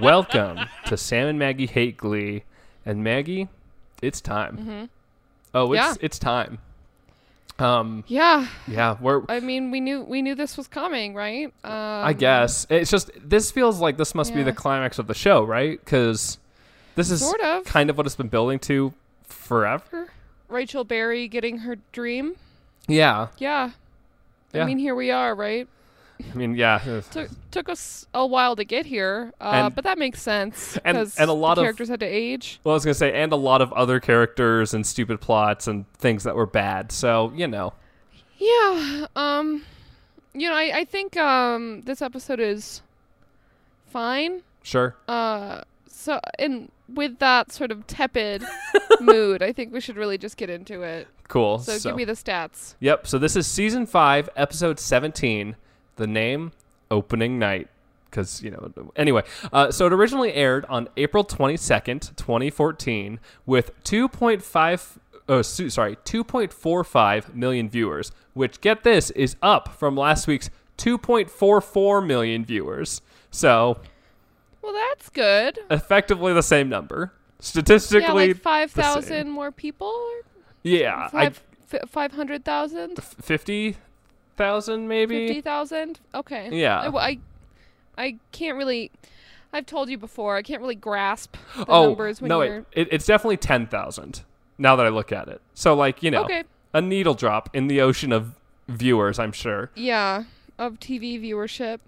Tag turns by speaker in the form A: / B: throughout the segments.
A: Welcome to Sam and Maggie Hate Glee. And Maggie, it's time. Oh, it's
B: Mm-hmm. Yeah.
A: it's time. Um,
B: Yeah,
A: yeah, we're
B: I mean, we knew we knew this was coming, right? Um,
A: I guess it's just this feels like this must be
B: Yeah.
A: the climax of the show, right? Because this is
B: Sort of.
A: kind of what it's been building to forever.
B: Rachel Berry getting her dream.
A: Yeah,
B: Yeah.
A: Yeah.
B: I mean, here we are, right?
A: I mean, yeah,
B: Took took us a while to get here, uh,
A: And-
B: but that makes sense
A: and-
B: because
A: and a lot
B: the
A: of-
B: characters had to age.
A: Well, I was gonna say, and a lot of other characters and stupid plots and things that were bad. So you know,
B: Yeah. Um, you know, I I think um this episode is fine.
A: sure.
B: Uh, so and with that sort of tepid mood, I think we should really just get into it.
A: Cool.
B: So, give me the stats.
A: Yep. So this is season five, episode seventeen. The name, opening night, because you know. Anyway, uh, so it originally aired on April twenty second, twenty fourteen, with two point five. Oh, su- sorry, two point four five million viewers, which get this is up from last week's two point four four million viewers. So
B: Well, that's good.
A: effectively the same number. Statistically,
B: yeah, like five
A: the same.
B: thousand more people. Or
A: Yeah,
B: five f- five hundred thousand,
A: fifty thousand maybe.
B: fifty thousand. Okay.
A: Yeah.
B: I, w- I, I can't really. I've told you before. I can't really grasp the
A: oh
B: numbers when
A: no,
B: you're.
A: wait, it, it's definitely ten thousand. Now that I look at it, so like you know,
B: Okay.
A: a needle drop in the ocean of viewers. I'm sure.
B: Yeah, of TV viewership.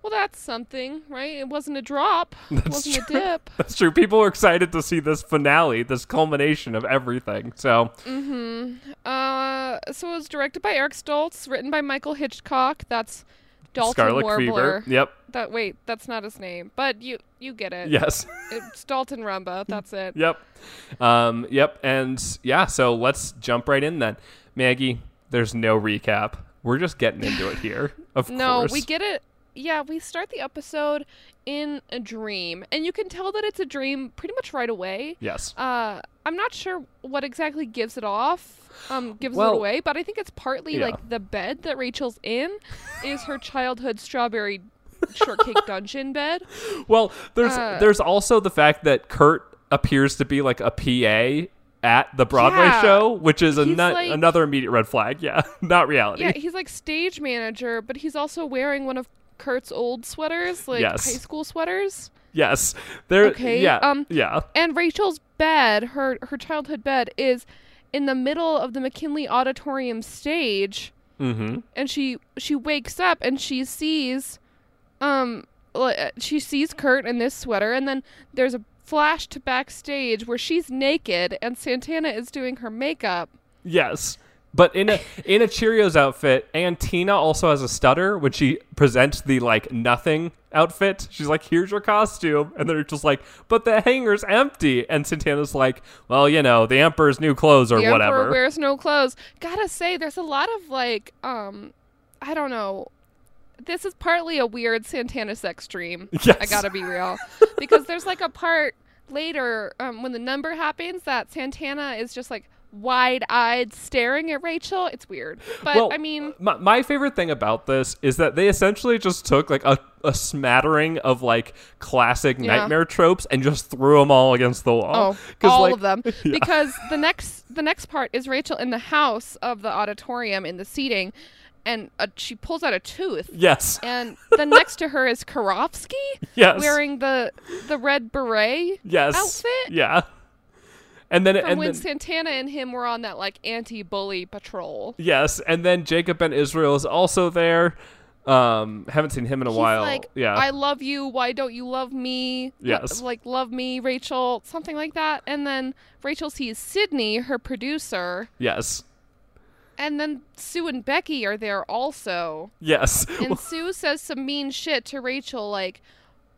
B: Well, that's something, right? It wasn't a drop. It wasn't
A: true.
B: a dip.
A: That's true. People are excited to see this finale, this culmination of everything. So
B: Uh, so it was directed by Eric Stoltz, written by Michael Hitchcock. That's Dalton
A: Scarlet
B: Warbler.
A: Fever. Yep.
B: That wait, that's not his name, but you you get it.
A: Yes.
B: It's Dalton Rumba. That's it.
A: yep. Um, yep. And yeah. So let's jump right in then, Maggie. There's no recap. We're just getting into it here. Of
B: No,
A: course.
B: we get it. Yeah, we start the episode in a dream, and you can tell that it's a dream pretty much right away.
A: Yes.
B: Uh, I'm not sure what exactly gives it off, um, gives
A: Well-
B: it away, but I think it's partly
A: Yeah.
B: like the bed that Rachel's in is her childhood strawberry shortcake dungeon bed.
A: Well, there's
B: Uh,
A: there's also the fact that Kurt appears to be like a PA at the Broadway
B: Yeah.
A: show, which is a
B: He's
A: nut-
B: like-
A: another immediate red flag. Yeah, not reality.
B: Yeah, he's like stage manager, but he's also wearing one of Kurt's old sweaters, like
A: Yes.
B: high school sweaters.
A: yes, there.
B: Okay,
A: Yeah.
B: um,
A: yeah.
B: And Rachel's bed, her her childhood bed, is in the middle of the McKinley Auditorium stage,
A: Mm-hmm.
B: and she she wakes up and she sees, um, li- uh, she sees Kurt in this sweater, and then there's a flash to backstage where she's naked and Santana is doing her makeup.
A: Yes. But in a in a Cheerios outfit, and Tina also has a stutter when she presents the like nothing outfit. She's like, "Here's your costume," and they're just like, "But the hanger's empty." And Santana's like, "Well, you know, the Emperor's new clothes or
B: the
A: whatever."
B: emperor wears no clothes. Gotta say, there's a lot of like, um, I don't know. This is partly a weird Santana sex dream.
A: Yes.
B: I gotta be real, because there's like a part later um, when the number happens that Santana is just like wide-eyed staring at Rachel. It's weird, but I mean,
A: my, my favorite thing about this is that they essentially just took like a, a smattering of like classic
B: Yeah.
A: nightmare tropes and just threw them all against the wall.
B: oh,
A: uh, 'Cause,
B: all
A: like-
B: of them.
A: Yeah.
B: Because the next the next part is Rachel in the house of the auditorium in the seating, and uh, she pulls out a tooth.
A: Yes.
B: and then next to her is Karofsky
A: Yes.
B: wearing the the red beret
A: yes.
B: outfit
A: Yeah. And then
B: from
A: and
B: when
A: then,
B: Santana and him were on that like anti-bully patrol.
A: yes, and then Jacob and Israel is also there. Um, haven't seen him in a while.
B: He's like,
A: yeah.
B: I love you. Why don't you love me? Lo-
A: Yes.
B: like love me, Rachel, something like that. And then Rachel sees Sydney, her producer,
A: yes.
B: and then Sue and Becky are there also.
A: Yes.
B: And Sue says some mean shit to Rachel, like,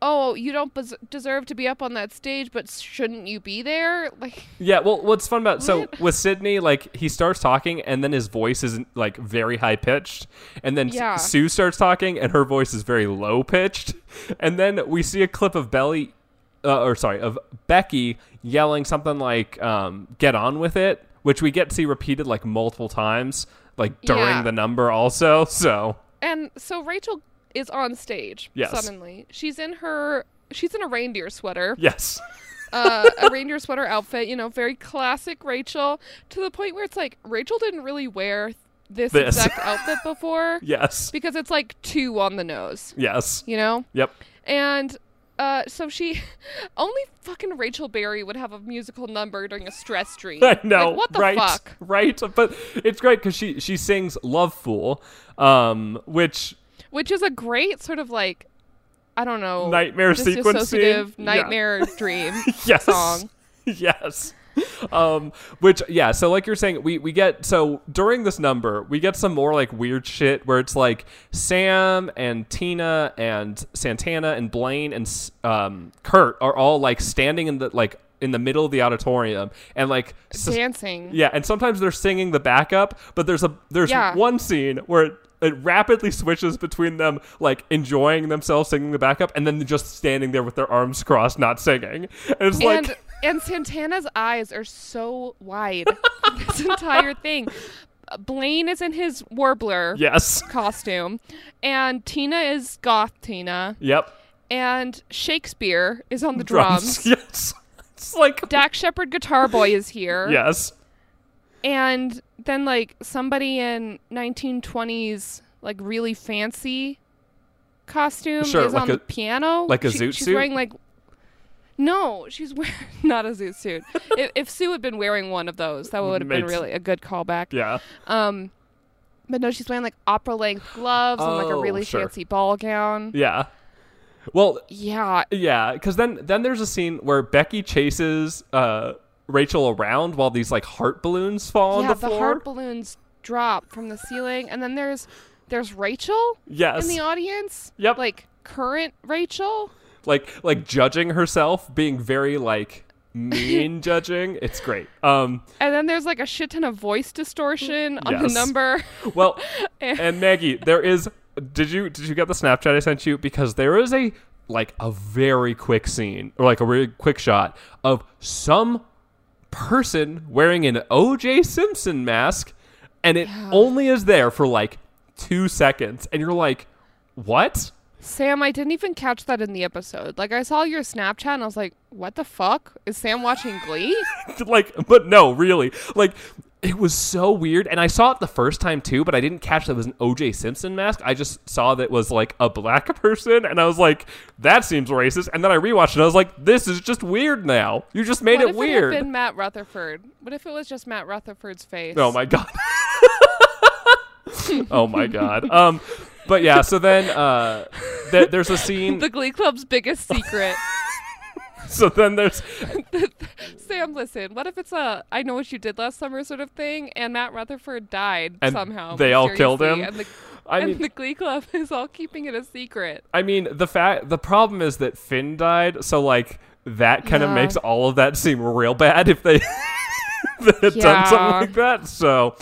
B: oh, you don't bes- deserve to be up on that stage, but shouldn't you be there? Like,
A: Yeah, well, what's fun about so with Sydney, like he starts talking and then his voice is like very high pitched, and then S-
B: Yeah.
A: Sue starts talking and her voice is very low pitched, and then we see a clip of Belly, uh, or sorry, of Becky yelling something like um, "Get on with it," which we get to see repeated like multiple times, like during
B: Yeah.
A: the number also. So
B: and so Rachel is on stage
A: Yes.
B: suddenly. She's in her she's in a reindeer sweater.
A: yes,
B: uh, a reindeer sweater outfit, you know, very classic Rachel, to the point where it's like Rachel didn't really wear this,
A: This.
B: exact outfit before
A: yes,
B: because it's like two on the nose,
A: yes,
B: you know?
A: yep,
B: And uh, so she only fucking Rachel Berry would have a musical number during a stress dream.
A: I know.
B: Like, what the
A: right,
B: fuck?
A: right. But it's great because she she sings "Love Fool," um, which
B: Which is a great sort of like I don't know
A: Nightmare sequence scene?
B: dissociative
A: Yeah.
B: nightmare dream
A: yes,
B: song.
A: yes. Um, which yeah, so like you're saying, we we get so during this number, we get some more like weird shit where it's like Sam and Tina and Santana and Blaine and S- um Kurt are all like standing in the like in the middle of the auditorium and like sus-
B: dancing.
A: Yeah, and sometimes they're singing the backup, but there's a there's
B: Yeah.
A: one scene where it, it rapidly switches between them like enjoying themselves singing the backup and then just standing there with their arms crossed not singing. And it's
B: and
A: like
B: and Santana's eyes are so wide this entire thing. Blaine is in his warbler
A: yes.
B: costume, and Tina is goth Tina,
A: Yep.
B: and Shakespeare is on the drums.
A: Drums. Yes. It's like
B: Dak Shepard Guitar Boy is here,
A: yes.
B: and then like somebody in 1920s like really fancy costume
A: Sure,
B: is
A: like
B: on
A: a-
B: the piano,
A: like a
B: She-
A: zoot
B: she's
A: suit?
B: wearing like. No, she's wearing not a zoot suit. if, if Sue had been wearing one of those, that would have been
A: Made-
B: really a good callback.
A: Yeah.
B: Um, but no, she's wearing like opera length gloves and like a
A: Oh,
B: really
A: sure.
B: fancy ball gown.
A: Yeah. Well,
B: Yeah,
A: yeah, cuz then then there's a scene where Becky chases uh Rachel around while these like heart balloons fall on
B: yeah.
A: the
B: The,
A: floor.
B: heart balloons drop from the ceiling, and then there's there's Rachel
A: yes.
B: in the audience.
A: Yep.
B: like current Rachel.
A: like like judging herself, being very like mean judging. It's great. Um,
B: And then there's like a shit ton of voice distortion on the
A: Yes.
B: number.
A: well, and Maggie, there is. Did you did you get the Snapchat I sent you? Because there is a like a very quick scene or like a really quick shot of some person wearing an OJ Simpson mask, and it only is there for like two seconds, and you're like, what?
B: Sam, I didn't even catch that in the episode. Like I saw your Snapchat and I was like, what the fuck? Is Sam watching Glee?
A: like but no really like it was so weird and i saw it the first time too but i didn't catch that it was an oj simpson mask i just saw that it was like a black person and i was like that seems racist and then i rewatched it and i was like this is just weird now you just made
B: what
A: it
B: if
A: weird
B: it had been Matt Rutherford? What if it was just Matt Rutherford's face?
A: oh my god oh my god um but yeah so then uh th- there's a scene
B: The Glee Club's biggest secret.
A: so then there's
B: Sam, listen. What if it's a "I know what you did last summer" sort of thing, and Matt Rutherford died
A: And
B: somehow?
A: they all killed
B: mysteriously,
A: him?
B: And the,
A: i
B: and
A: mean
B: the Glee Club is all keeping it a secret.
A: I mean, the fact the problem is that Finn died, so like that kind of
B: Yeah.
A: makes all of that seem real bad if they if they had done something
B: Yeah.
A: like that. So,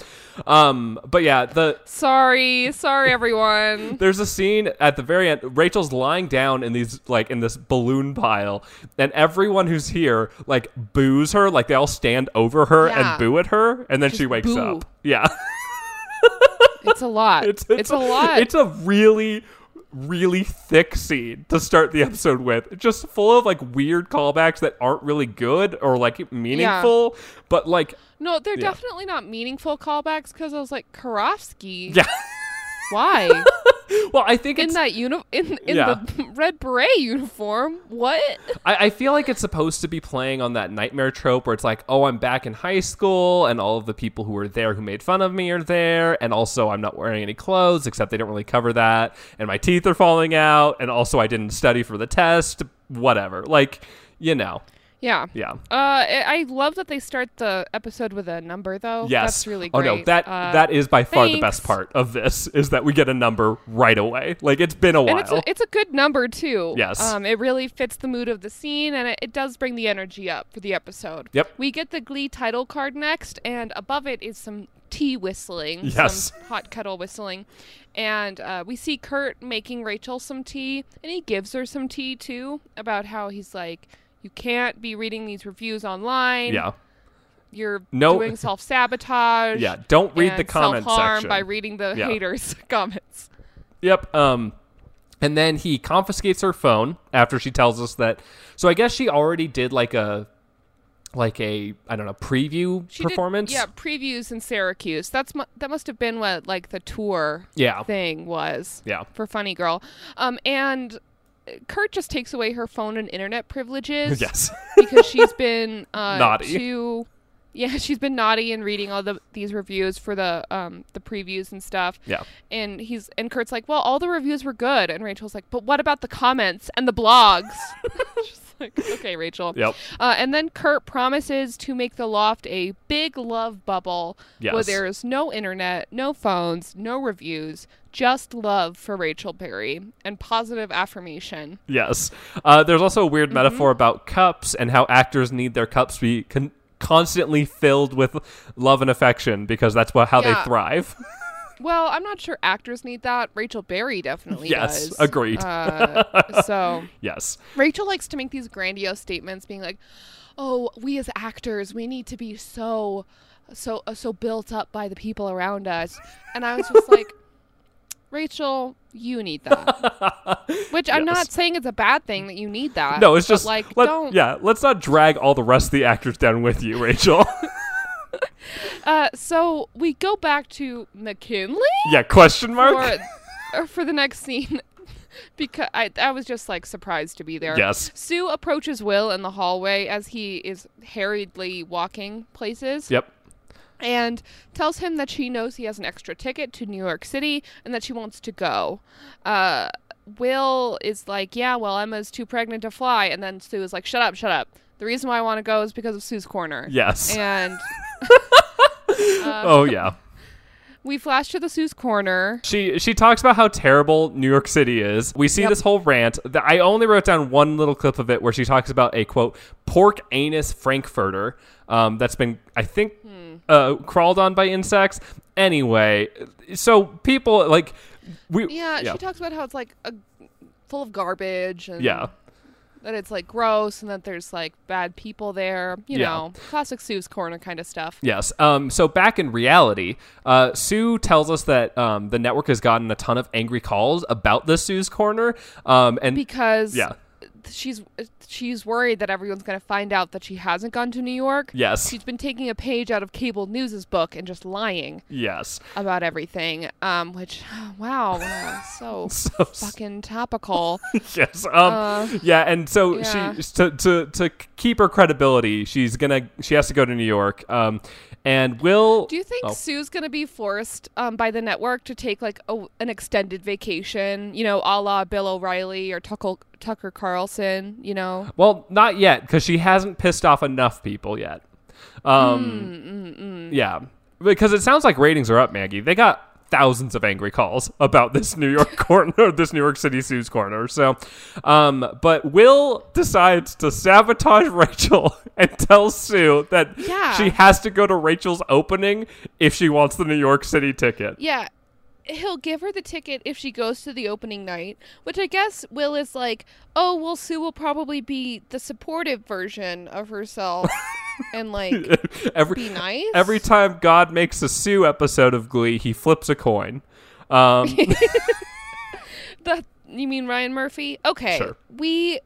A: um, but yeah, the
B: Sorry, sorry, everyone.
A: there's a scene at the very end. Rachel's lying down in these like in this balloon pile, and everyone who's here like boos her, like they all stand over her
B: Yeah.
A: and boo at her, and then she wakes
B: boo.
A: up. Yeah,
B: It's a lot.
A: it's,
B: It's, a, lot.
A: It's a really really thick scene to start the episode with just full of like weird callbacks that aren't really good or like meaningful but like
B: no, they're
A: yeah.
B: definitely not meaningful callbacks because I was like, Karofsky.
A: yeah
B: Why
A: well i think
B: in
A: it's
B: that uni- in in
A: Yeah.
B: the red beret uniform? What?
A: I, I feel like it's supposed to be playing on that nightmare trope where it's like, oh, I'm back in high school and all of the people who were there who made fun of me are there. And also, I'm not wearing any clothes, except they don't really cover that. And my teeth are falling out. And also, I didn't study for the test. Whatever. Like, you know.
B: Yeah.
A: Yeah.
B: Uh, I I love that they start the episode with a number, though.
A: Yes.
B: that's really
A: Oh
B: great.
A: no, that
B: Uh,
A: that is by far the best
B: thanks.
A: part of this is that we get a number right away. Like it's been a
B: and
A: while.
B: it's a, it's a good number too.
A: Yes.
B: um, it really fits the mood of the scene, and it, it does bring the energy up for the episode.
A: Yep.
B: we get the Glee title card next, and above it is some tea whistling,
A: Yes.
B: some hot kettle whistling, and uh, we see Kurt making Rachel some tea, and he gives her some tea too about how he's like. You can't be reading these reviews online.
A: yeah.
B: You're
A: No-
B: doing self sabotage.
A: Yeah. Don't read the
B: and
A: comment
B: self-harm
A: section.
B: by reading the
A: Yeah.
B: haters' comments.
A: Yep. Um, and then he confiscates her phone after she tells us that. So I guess she already did like a, like a I don't know preview
B: She did-
A: performance.
B: yeah, previews in Syracuse. That's mu- that must have been what like the tour
A: Yeah.
B: thing was
A: Yeah.
B: for Funny Girl. Um, and Kurt just takes away her phone and internet privileges
A: Yes.
B: because she's been uh,
A: Naughty.
B: Too, yeah, she's been naughty and reading all the these reviews for the um the previews and stuff.
A: Yeah.
B: And he's and Kurt's like, well, all the reviews were good, and Rachel's like, but what about the comments and the blogs? She's like, okay, Rachel.
A: Yep.
B: Uh, and then Kurt promises to make the loft a big love bubble where
A: Yes.
B: there is no internet, no phones, no reviews, just love for Rachel Berry and positive affirmation.
A: Yes. Uh, there's also a
B: Mm-hmm.
A: weird metaphor about cups and how actors need their cups to be con- constantly filled with love and affection because that's what, how
B: Yeah.
A: they thrive.
B: Well, I'm not sure actors need that. Rachel Berry definitely
A: Yes,
B: does.
A: agreed.
B: Uh, so
A: yes.
B: Rachel likes to make these grandiose statements, being like, "Oh, we as actors, we need to be so, so, uh, so built up by the people around us," and I was just like. Rachel, you need that. Which I'm not
A: Yes.
B: saying it's a bad thing that you need that.
A: No, it's
B: but,
A: just
B: like
A: let-
B: don't.
A: Yeah. Let's not drag all the rest of the actors down with you, Rachel.
B: Uh, so we go back to McKinley
A: yeah. Question mark.
B: for, or for the next scene because I, I was just like surprised to be there.
A: Yes.
B: Sue approaches Will in the hallway as he is harriedly walking places
A: Yep.
B: and tells him that she knows he has an extra ticket to New York City and that she wants to go. Uh, Will is like, Yeah, well, Emma's too pregnant to fly. And then Sue is like, Shut up, shut up. The reason why I want to go is because of Sue's Corner.
A: Yes.
B: And
A: oh yeah.
B: we flash to the Sue's Corner.
A: She she talks about how terrible New York City is. We see
B: Yep.
A: this whole rant. That I only wrote down one little clip of it where she talks about a quote pork anus frankfurter um, that's been I think
B: Hmm.
A: uh, crawled on by insects. Anyway, so people like we
B: Yeah, she talks about how it's like a, full of garbage and
A: yeah
B: that it's like gross and that there's like bad people there. You
A: Yeah.
B: know, classic Sue's Corner kind of stuff.
A: Yes. Um, so back in reality, uh, Sue tells us that um, the network has gotten a ton of angry calls about the Sue's corner, um, and
B: because
A: Yeah.
B: she's she's worried that everyone's going to find out that she hasn't gone to New York.
A: yes,
B: She's been taking a page out of cable news's book and just lying
A: yes.
B: about everything. Um, which wow, wow so
A: So
B: fucking topical.
A: yes. Um, yeah, and so
B: yeah.
A: she to, to to keep her credibility, she's gonna she has to go to New York. Um, and will
B: Do you think
A: Oh.
B: Sue's going to be forced um, by the network to take like a, an extended vacation? You know, a la Bill O'Reilly or Tucker Tucker Carlson. You know,
A: Well, not yet, because she hasn't pissed off enough people yet. Um, Yeah, because it sounds like ratings are up, Maggie. They got thousands of angry calls about this New York corner, this New York City Sue's corner. So, um, but Will decides to sabotage Rachel and tells Sue that
B: Yeah.
A: she has to go to Rachel's opening if she wants the New York City ticket.
B: Yeah. He'll give her the ticket if she goes to the opening night, which I guess Will is like, oh, well, Sue will probably be the supportive version of herself and like
A: Every
B: be nice.
A: every time God makes a Sue episode of Glee, he flips a coin. Um,
B: that you mean Ryan Murphy? Okay,
A: Sure.
B: we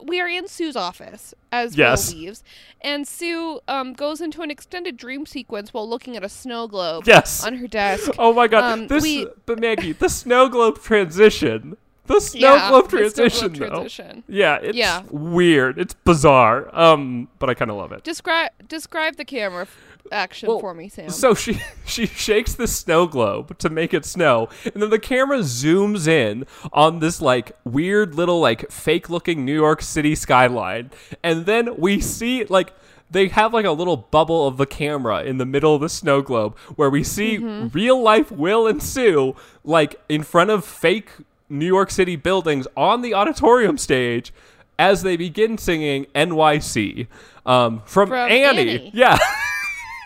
B: we are in Sue's office as
A: Yes.
B: Will leaves, and Sue um, goes into an extended dream sequence while looking at a snow globe
A: Yes.
B: on her desk.
A: Oh my god.
B: Um,
A: this
B: we-
A: but Maggie, the snow globe transition The snow
B: yeah,
A: globe
B: the snow globe
A: transition, though.
B: transition.
A: Yeah, it's
B: Yeah.
A: weird. It's bizarre. Um, but I kind of love it.
B: Describe describe the camera f- action
A: Well,
B: for me, Sam.
A: So she she shakes the snow globe to make it snow, and then the camera zooms in on this like weird little like fake looking New York City skyline, and then we see like they have like a little bubble of the camera in the middle of the snow globe where we see
B: Mm-hmm.
A: real life Will and Sue like in front of fake New York City buildings on the auditorium stage as they begin singing NYC um, from,
B: From Annie.
A: Yeah.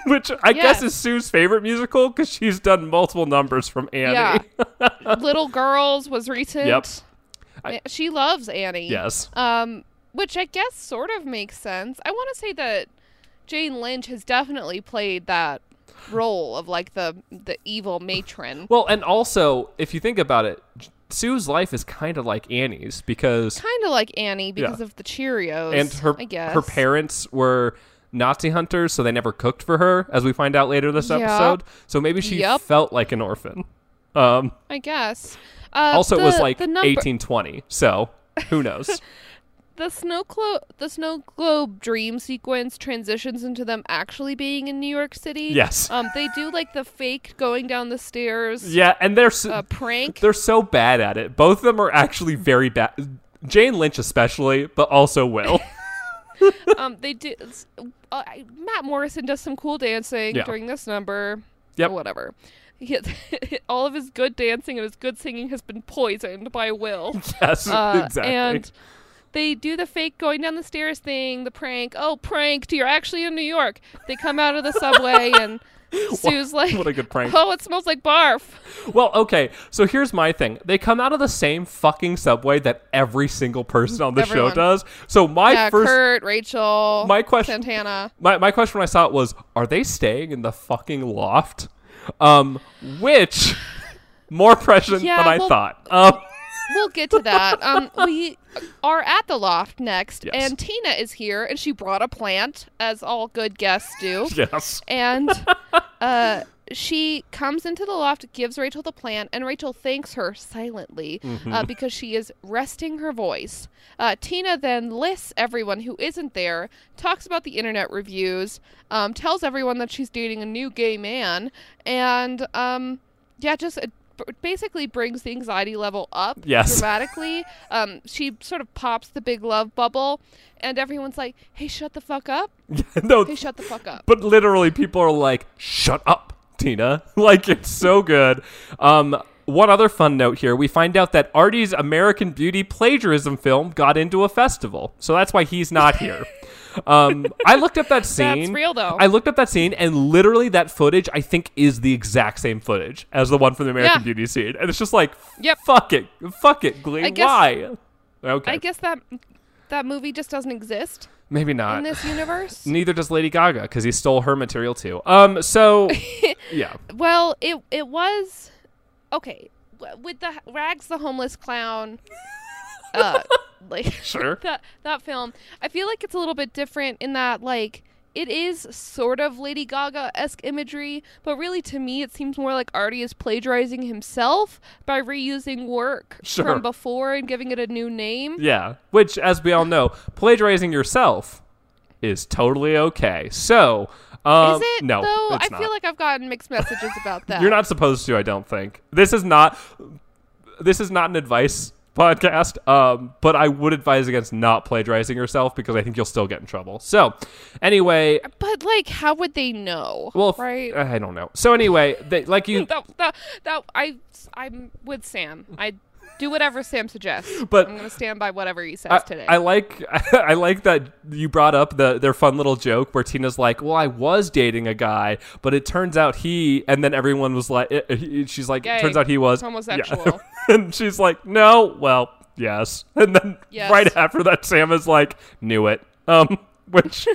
A: Which I guess
B: Yes.
A: is Sue's favorite musical because she's done multiple numbers from Annie.
B: yeah, Little Girls was recent.
A: Yep.
B: Ma- she loves Annie.
A: yes.
B: Um, which I guess sort of makes sense. I want to say that Jane Lynch has definitely played that role of like the the evil matron.
A: Well, and also, if you think about it, Sue's life is kind of like Annie's because
B: Kind of like Annie because of the Cheerios.
A: and her
B: I guess.
A: her parents were Nazi hunters, so they never cooked for her, as we find out later this
B: Yep.
A: episode. So maybe she
B: Yep.
A: felt like an orphan. Um,
B: I guess. Uh,
A: also,
B: the,
A: it was like
B: the number,
A: 1820, so who knows?
B: the snow globe the snow globe dream sequence transitions into them actually being in New York City.
A: Yes.
B: Um, they do like the fake going down the stairs
A: yeah, and there's
B: uh, prank.
A: They're so bad at it. Both of them are actually very bad. Jane Lynch, especially, but also Will.
B: um, they do. it's- Uh, Matt Morrison does some cool dancing
A: Yeah.
B: during this number.
A: Yep.
B: Whatever. He, all of his good dancing and his good singing has been poisoned by Will.
A: yes,
B: Uh,
A: exactly.
B: And they do the fake going down the stairs thing, the prank. Oh, pranked! You're actually in New York. They come out of the subway and Sue's like,
A: what a good prank.
B: Oh, it smells like barf.
A: well, okay. So here's my thing. They come out of the same fucking subway that every single person on the show
B: Everyone.
A: does. So my
B: yeah,
A: first
B: Kurt, Rachel,
A: My question-
B: Santana.
A: my, my question when I saw it was, are they staying in the fucking loft? Um, which more prescient
B: Yeah,
A: than I
B: well-
A: thought. Um,
B: We'll get to that. Um, we are at the loft next,
A: Yes.
B: and Tina is here, and she brought a plant, as all good guests do.
A: yes.
B: and uh, she comes into the loft, gives Rachel the plant, and Rachel thanks her silently uh, because she is resting her voice. Uh, Tina then lists everyone who isn't there, talks about the internet reviews, um, tells everyone that she's dating a new gay man, and um, yeah, just. It, b- basically brings the anxiety level up
A: Yes.
B: dramatically um, she sort of pops the big love bubble and everyone's like hey shut the fuck up
A: no,
B: hey shut the fuck up
A: But literally, people are like, shut up, Tina. like, it's so good. Um, one other fun note here we find out that Artie's American Beauty plagiarism film got into a festival. So that's why he's not here. um, I looked up that scene.
B: real, though.
A: I looked up that scene, and literally, that footage, I think, is the exact same footage as the one from the American
B: Yeah.
A: Beauty scene. And it's just like,
B: Yep.
A: fuck it. Fuck it, Glee.
B: I guess-
A: why? Okay.
B: I guess that that movie just doesn't exist
A: Maybe not.
B: in this universe.
A: Neither does Lady Gaga because he stole her material too. Um, so yeah,
B: well, it it was okay w- with the Rags the homeless clown. Uh, like
A: sure.
B: that that film, I feel like it's a little bit different in that like it is sort of Lady Gaga esque imagery, but really to me it seems more like Artie is plagiarizing himself by reusing work
A: Sure.
B: from before and giving it a new name.
A: Yeah, which, as we all know, plagiarizing yourself is totally okay. So, um,
B: is it
A: no,
B: though?
A: it's
B: I
A: not.
B: feel like I've gotten mixed messages about that.
A: you're not supposed to. I don't think this is not this is not an advice podcast. Um, but I would advise against not plagiarizing yourself because I think you'll still get in trouble. So, anyway,
B: But like, how would they know?
A: well, uh, if-
B: right?
A: I don't know. So anyway, they, like you,
B: that, that, that I I'm with Sam. I do whatever Sam suggests.
A: But-
B: I'm gonna stand by whatever he says
A: I,
B: today.
A: I like I like that you brought up the their fun little joke where Tina's like, "Well, I was dating a guy, but it turns out he," and then everyone was like, eh, eh, he- "She's like,
B: Gay.
A: turns out he was
B: It's homosexual.
A: Yeah. and she's like, "No, well, yes." And then
B: Yes.
A: right after that, Sam is like, "Knew it." Um, which,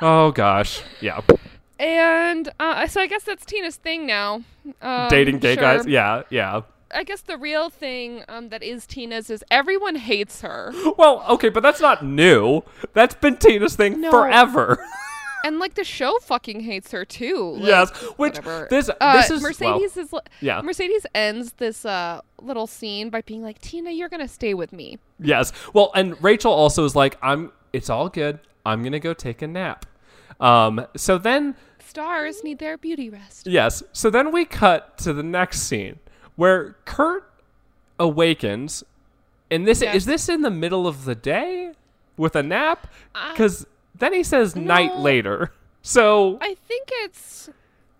A: oh gosh, yeah,
B: Um, and uh, so I guess that's Tina's thing now. Um,
A: dating gay
B: sure.
A: guys, yeah, yeah.
B: I guess the real thing um, that is Tina's is everyone hates her.
A: Well, okay, but that's not new. That's been Tina's thing
B: No.
A: forever.
B: and like the show fucking hates her too. Like,
A: yes, which
B: whatever.
A: this
B: Uh,
A: this is well,
B: Mercedes is li-
A: yeah.
B: Mercedes ends this uh, little scene by being like, "Tina, you're gonna stay with me."
A: Yes. Well, and Rachel also is like, I'm. It's all good. I'm gonna go take a nap. Um. So then,
B: Stars need their beauty rest.
A: yes. So then we cut to the next scene where Kurt awakens, and this
B: Yes.
A: is this in the middle of the day with a nap because then he says night
B: Uh, No.
A: later. So,
B: I think it's,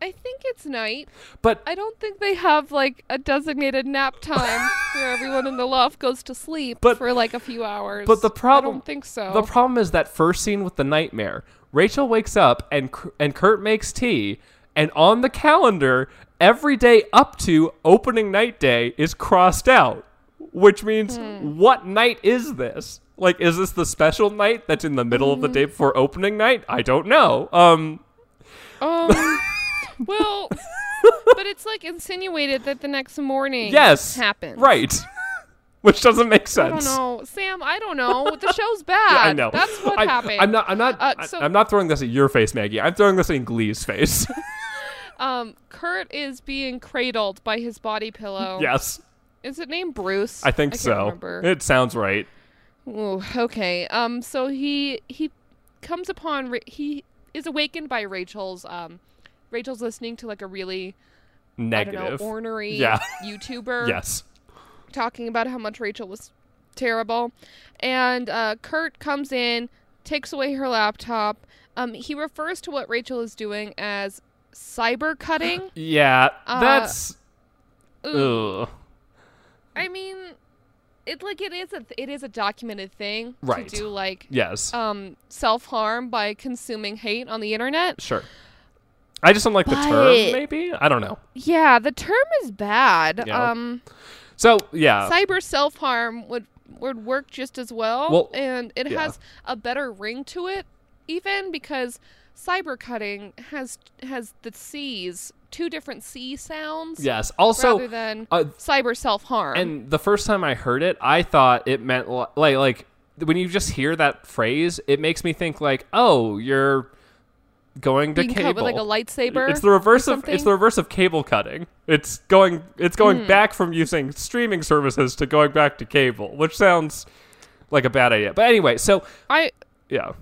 B: I think it's night.
A: but
B: I don't think they have like a designated nap time where everyone in the loft goes to sleep
A: But-
B: for like a few hours.
A: but the problem-
B: I don't think so.
A: The problem is that first scene with the nightmare. Rachel wakes up and K- and Kurt makes tea, and on the calendar, every day up to opening night day is crossed out, which means
B: Hmm.
A: what night is this? Like, is this the special night that's in the middle of
B: Hmm.
A: the day before opening night? I don't know. Um,
B: Um, well, but it's like insinuated that the next morning
A: yes,
B: happened.
A: right, which doesn't make
B: I don't
A: sense.
B: know, Sam. I don't know. The show's bad.
A: I know.
B: That's what
A: I,
B: happened.
A: I'm not. I'm not.
B: Uh,
A: I-
B: so-
A: I'm not throwing this at your face, Maggie. I'm throwing this in Glee's face.
B: Um, Kurt is being cradled by his body pillow.
A: yes.
B: Is it named Bruce?
A: I think
B: can't
A: so.
B: remember.
A: It sounds right.
B: Ooh, okay. Um, so he he comes upon Ra- he is awakened by Rachel's um, Rachel's listening to like a really I don't
A: Negative.
B: know ornery
A: Yeah.
B: YouTuber.
A: yes.
B: talking about how much Rachel was terrible. And uh, Kurt comes in, takes away her laptop. Um, he refers to what Rachel is doing as cyber cutting.
A: Yeah.
B: Uh,
A: that's.
B: Ooh.
A: Ugh.
B: I mean, it like it is a it is a documented thing
A: Right.
B: to do like
A: Yes.
B: um, self harm by consuming hate on the internet.
A: sure. I just don't like the term.
B: but-
A: Maybe I don't know.
B: Yeah, the term is bad.
A: Yeah.
B: Um,
A: So yeah.
B: cyber self harm would would work just as well,
A: Well,
B: and it
A: yeah.
B: has a better ring to it, even because cyber cutting has has the C's two different C sounds
A: yes. Also,
B: rather than
A: uh,
B: cyber self harm.
A: and the first time I heard it, I thought it meant li- like like when you just hear that phrase, it makes me think like, oh, you're going to
B: you can cut
A: cable.
B: with like a lightsaber.
A: It's the reverse
B: or
A: of it's
B: something? Hmm.
A: the reverse of cable cutting. It's going it's going back from using streaming services to going back to cable, which sounds like a bad idea. But anyway, so
B: I
A: yeah,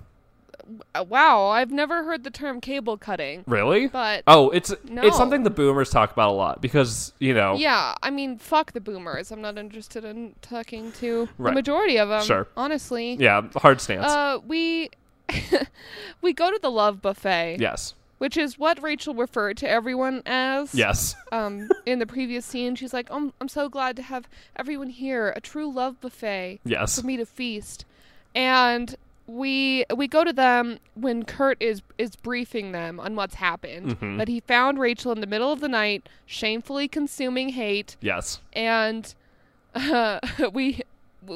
B: uh, wow, I've never heard the term cable cutting,
A: really?
B: but
A: Oh, it's
B: No.
A: it's something the boomers talk about a lot because you know
B: yeah, I mean, fuck the boomers. I'm not interested in talking to
A: Right.
B: the majority of them.
A: Sure.
B: honestly.
A: yeah hard stance.
B: Uh, we we go to the love buffet,
A: yes,
B: which is what Rachel referred to everyone as.
A: yes,
B: Um, in the previous scene, she's like, "I'm I'm so glad to have everyone here. A true love buffet
A: yes,
B: for me to feast." And we we go to them when Kurt is is briefing them on what's happened.
A: Mhm.
B: That he found Rachel in the middle of the night, shamefully consuming hate
A: yes,
B: and uh, we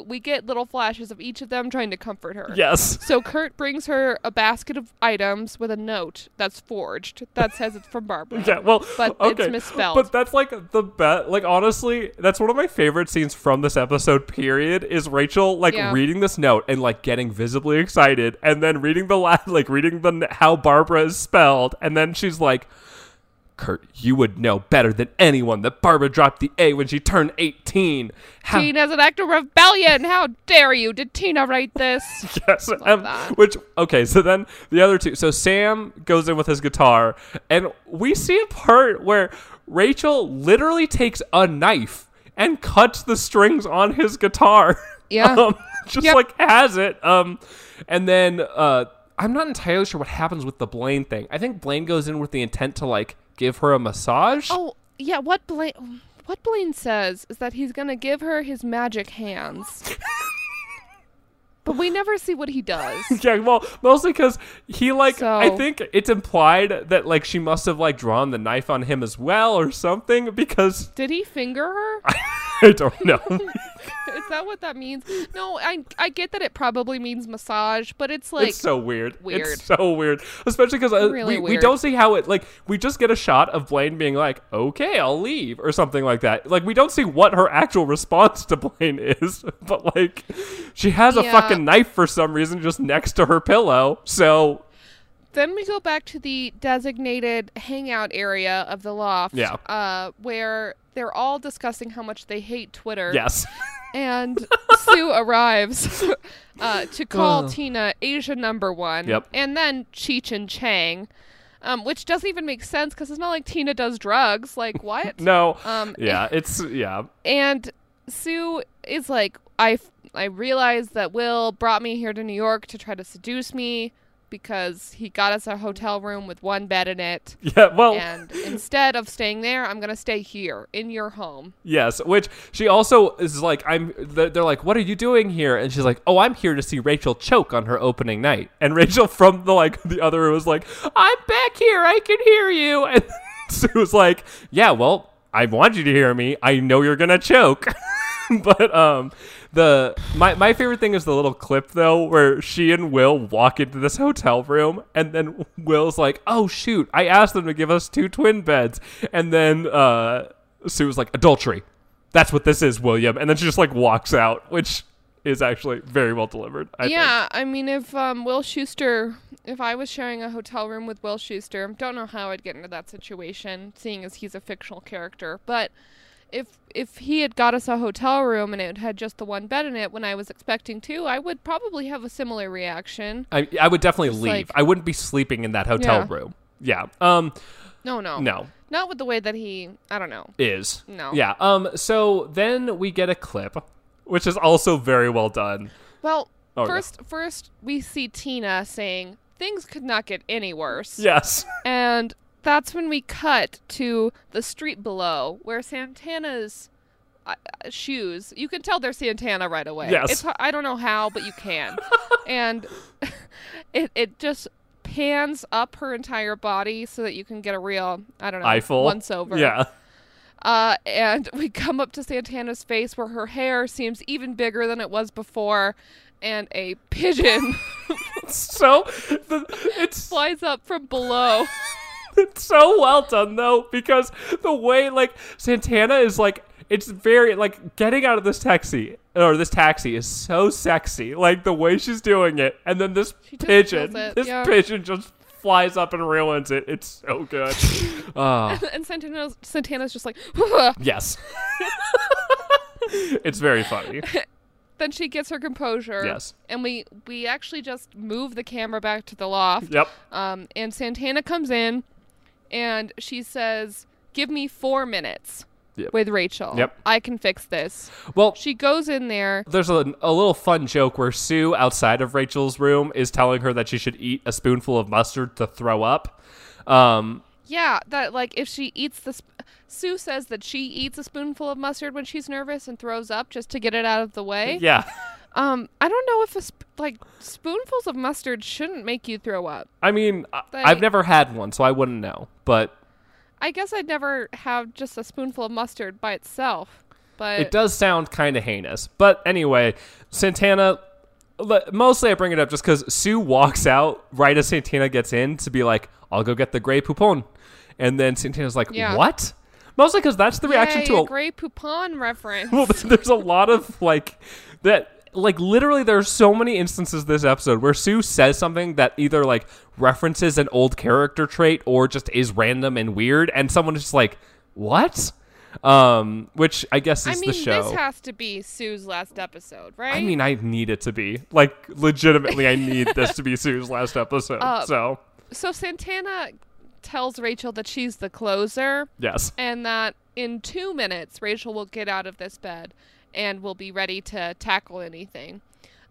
B: we get little flashes of each of them trying to comfort her.
A: yes.
B: So Kurt brings her a basket of items with a note that's forged that says it's from Barbara.
A: Yeah, well,
B: But it's
A: okay.
B: misspelled.
A: But that's like the best. Like honestly, that's one of my favorite scenes from this episode. Period. Is Rachel like
B: Yeah.
A: reading this note and like getting visibly excited, and then reading the la- like reading the n- how Barbara is spelled, and then she's like. Kurt, you would know better than anyone that Barbara dropped the A when she turned 18. How
B: Teen as an act of rebellion. How dare you? Did Tina write this?
A: Yes. Um,
B: that.
A: which okay, so then the other two. So Sam goes in with his guitar, and we see a part where Rachel literally takes a knife and cuts the strings on his guitar.
B: Yeah.
A: um, just
B: Yep.
A: like has it. Um, and then uh, I'm not entirely sure what happens with the Blaine thing. I think Blaine goes in with the intent to like give her a massage.
B: oh yeah, what Blaine what Blaine says is that he's gonna give her his magic hands. But we never see what he does.
A: Yeah, well, mostly because he like I
B: So-
A: think it's implied that like she must have like drawn the knife on him as well or something because
B: Did he finger her?
A: I don't know.
B: Is that what that means? No, I I get that it probably means massage, but it's like
A: it's so weird.
B: weird.
A: It's so weird, especially because uh,
B: Really
A: we, we
B: weird.
A: don't see how it like we just get a shot of Blaine being like, "Okay, I'll leave" or something like that. Like we don't see what her actual response to Blaine is, but like she has a
B: Yeah.
A: fucking knife for some reason just next to her pillow. So
B: Then we go back to the designated hangout area of the loft,
A: Yeah.
B: uh, where they're all discussing how much they hate Twitter.
A: Yes.
B: And Sue arrives uh, to call
A: Oh.
B: Tina Asia number one.
A: Yep.
B: And then Cheech and Chang, um, which doesn't even make sense because it's not like Tina does drugs. Like, what?
A: no.
B: Um,
A: yeah. It's yeah.
B: And Sue is like, I, I realized that Will brought me here to New York to try to seduce me because he got us a hotel room with one bed in it.
A: Yeah. Well.
B: And instead of staying there, I'm going to stay here in your home.
A: Yes, which she also is like, I'm. They're they're like, "What are you doing here?" And she's like, "Oh, I'm here to see Rachel choke on her opening night." And Rachel from the like the other room was like, "I'm back here. I can hear you." And Sue was like, "Yeah, well, I want you to hear me. I know you're gonna choke." but um, the my my favorite thing is the little clip though where she and Will walk into this hotel room, and then Will's like, "Oh shoot, I asked them to give us two twin beds," and then uh. Sue was like, adultery. That's what this is, William. And then she just like walks out, which is actually very well delivered. I Think.
B: yeah, I mean, if um, Will Schuster, if I was sharing a hotel room with Will Schuster, don't know how I'd get into that situation, seeing as he's a fictional character. But if if he had got us a hotel room and it had just the one bed in it when I was expecting two, I would probably have a similar reaction.
A: I, I would definitely
B: Just,
A: leave.
B: like-
A: I wouldn't be sleeping in that hotel
B: Yeah.
A: room. Yeah. Um,
B: No, no,
A: no.
B: not with the way that he. I don't know.
A: Is.
B: No.
A: Yeah. Um, so then we get a clip, which is also very well done.
B: Well,
A: Oh, yeah.
B: first, first we see Tina saying things could not get any worse.
A: Yes.
B: And that's when we cut to the street below where Santana's uh, uh, shoes. You can tell they're Santana right away.
A: Yes.
B: It's, h- I don't know how, but you can. and it it just pans up her entire body so that you can get a real I don't know
A: Eiffel.
B: once over.
A: Yeah.
B: Uh, and we come up to Santana's face where her hair seems even bigger than it was before, and a pigeon
A: So the, it's
B: flies up from below.
A: it's so well done though because the way like Santana is like it's very like getting out of this taxi or this taxi is so sexy like the way she's doing it and then this
B: just
A: pigeon
B: kills it,
A: this
B: yeah.
A: pigeon just flies up and ruins it it's so good oh
B: And Santana's, Santana's just like,
A: yes it's very funny
B: then she gets her composure.
A: Yes.
B: And we we actually just move the camera back to the loft.
A: yep
B: Um, and Santana comes in, and she says, "Give me four minutes."
A: Yep.
B: With Rachel.
A: Yep.
B: I can fix this.
A: well
B: She goes in there.
A: there's a, a little fun joke where Sue, outside of Rachel's room, is telling her that she should eat a spoonful of mustard to throw up. Um,
B: Yeah, that like if she eats the sp- Sue says that she eats a spoonful of mustard when she's nervous and throws up just to get it out of the way.
A: yeah.
B: Um, I don't know if a sp- like spoonfuls of mustard shouldn't make you throw up.
A: I mean, I,
B: They-
A: I've never had one, so I wouldn't know. But
B: I guess I'd never have just a spoonful of mustard by itself, but
A: it does sound kind of heinous. But anyway, Santana. le- Mostly, I bring it up just because Sue walks out right as Santana gets in to be like, "I'll go get the gray poupon," and then Santana's like,
B: Yeah.
A: "What?" Mostly because that's the reaction
B: Yay,
A: to
B: a,
A: a
B: Grey Poupon reference.
A: well th- there's a lot of like that like literally there's so many instances this episode where sue says something that either like references an old character trait or just is random and weird and someone is just like what um which i guess
B: I
A: is
B: mean,
A: the show
B: this has to be Sue's last episode, right?
A: i mean i need it to be like legitimately i need this to be sue's last episode
B: Uh,
A: so
B: so Santana tells Rachel that she's the closer
A: yes
B: and that in two minutes Rachel will get out of this bed and will be ready to tackle anything.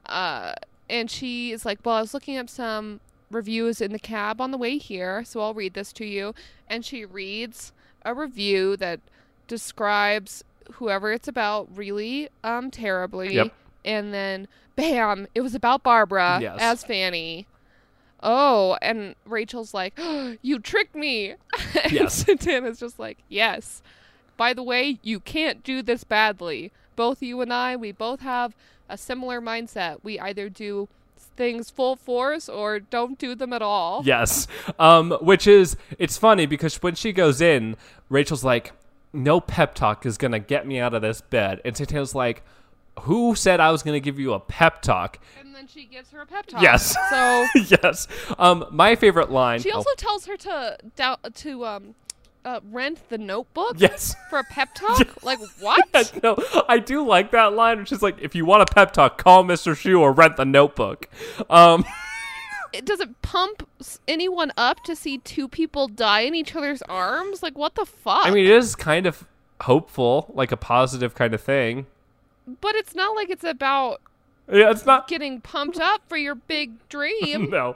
B: Uh, and she is like, "Well, I was looking up some reviews in the cab on the way here, so I'll read this to you." And she reads a review that describes whoever it's about really um, terribly.
A: Yep.
B: And then, bam! It was about Barbara
A: Yes.
B: as Fanny. Oh, and Rachel's like, "You tricked me." and
A: Yes.
B: Santana's just like, "Yes." By the way, you can't do this badly. Both you and I, we both have a similar mindset. We either do things full force or don't do them at all.
A: Yes. Um, which is, it's funny because when she goes in, Rachel's like, no pep talk is going to get me out of this bed. And Santana's like, Who said I was going to give you a pep talk?
B: And then she gives her a pep talk.
A: Yes.
B: So
A: yes. Um, my favorite line.
B: she
A: oh,
B: also tells her to dou- to um uh, rent the notebook
A: yes.
B: for a pep talk. Like what?
A: Yes, no, I do like that line, which is like, if you want a pep talk, call Mr. Shu or rent the notebook. Um,
B: It does it pump s- anyone up to see two people die in each other's arms? Like what the fuck?
A: I mean, it is kind of hopeful, like a positive kind of thing.
B: but it's not like it's about
A: Yeah, it's not.
B: getting pumped up for your big dream.
A: No.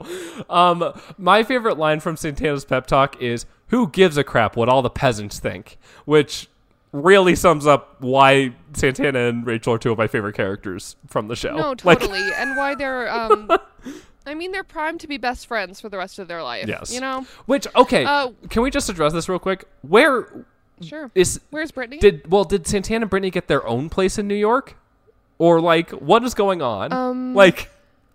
A: Um, my favorite line from Santana's pep talk is, "Who gives a crap what all the peasants think?" Which really sums up why Santana and Rachel are two of my favorite characters from the show.
B: No,
A: Like,
B: totally. and why they're um I mean they're primed to be best friends for the rest of their life.
A: yes.
B: You know?
A: Which okay,
B: Uh,
A: can we just address this real quick? Where
B: Sure.
A: is
B: Where's Brittany?
A: Mm. did well did Santana and Brittany get their own place in New York? Or like what is going on?
B: Um,
A: like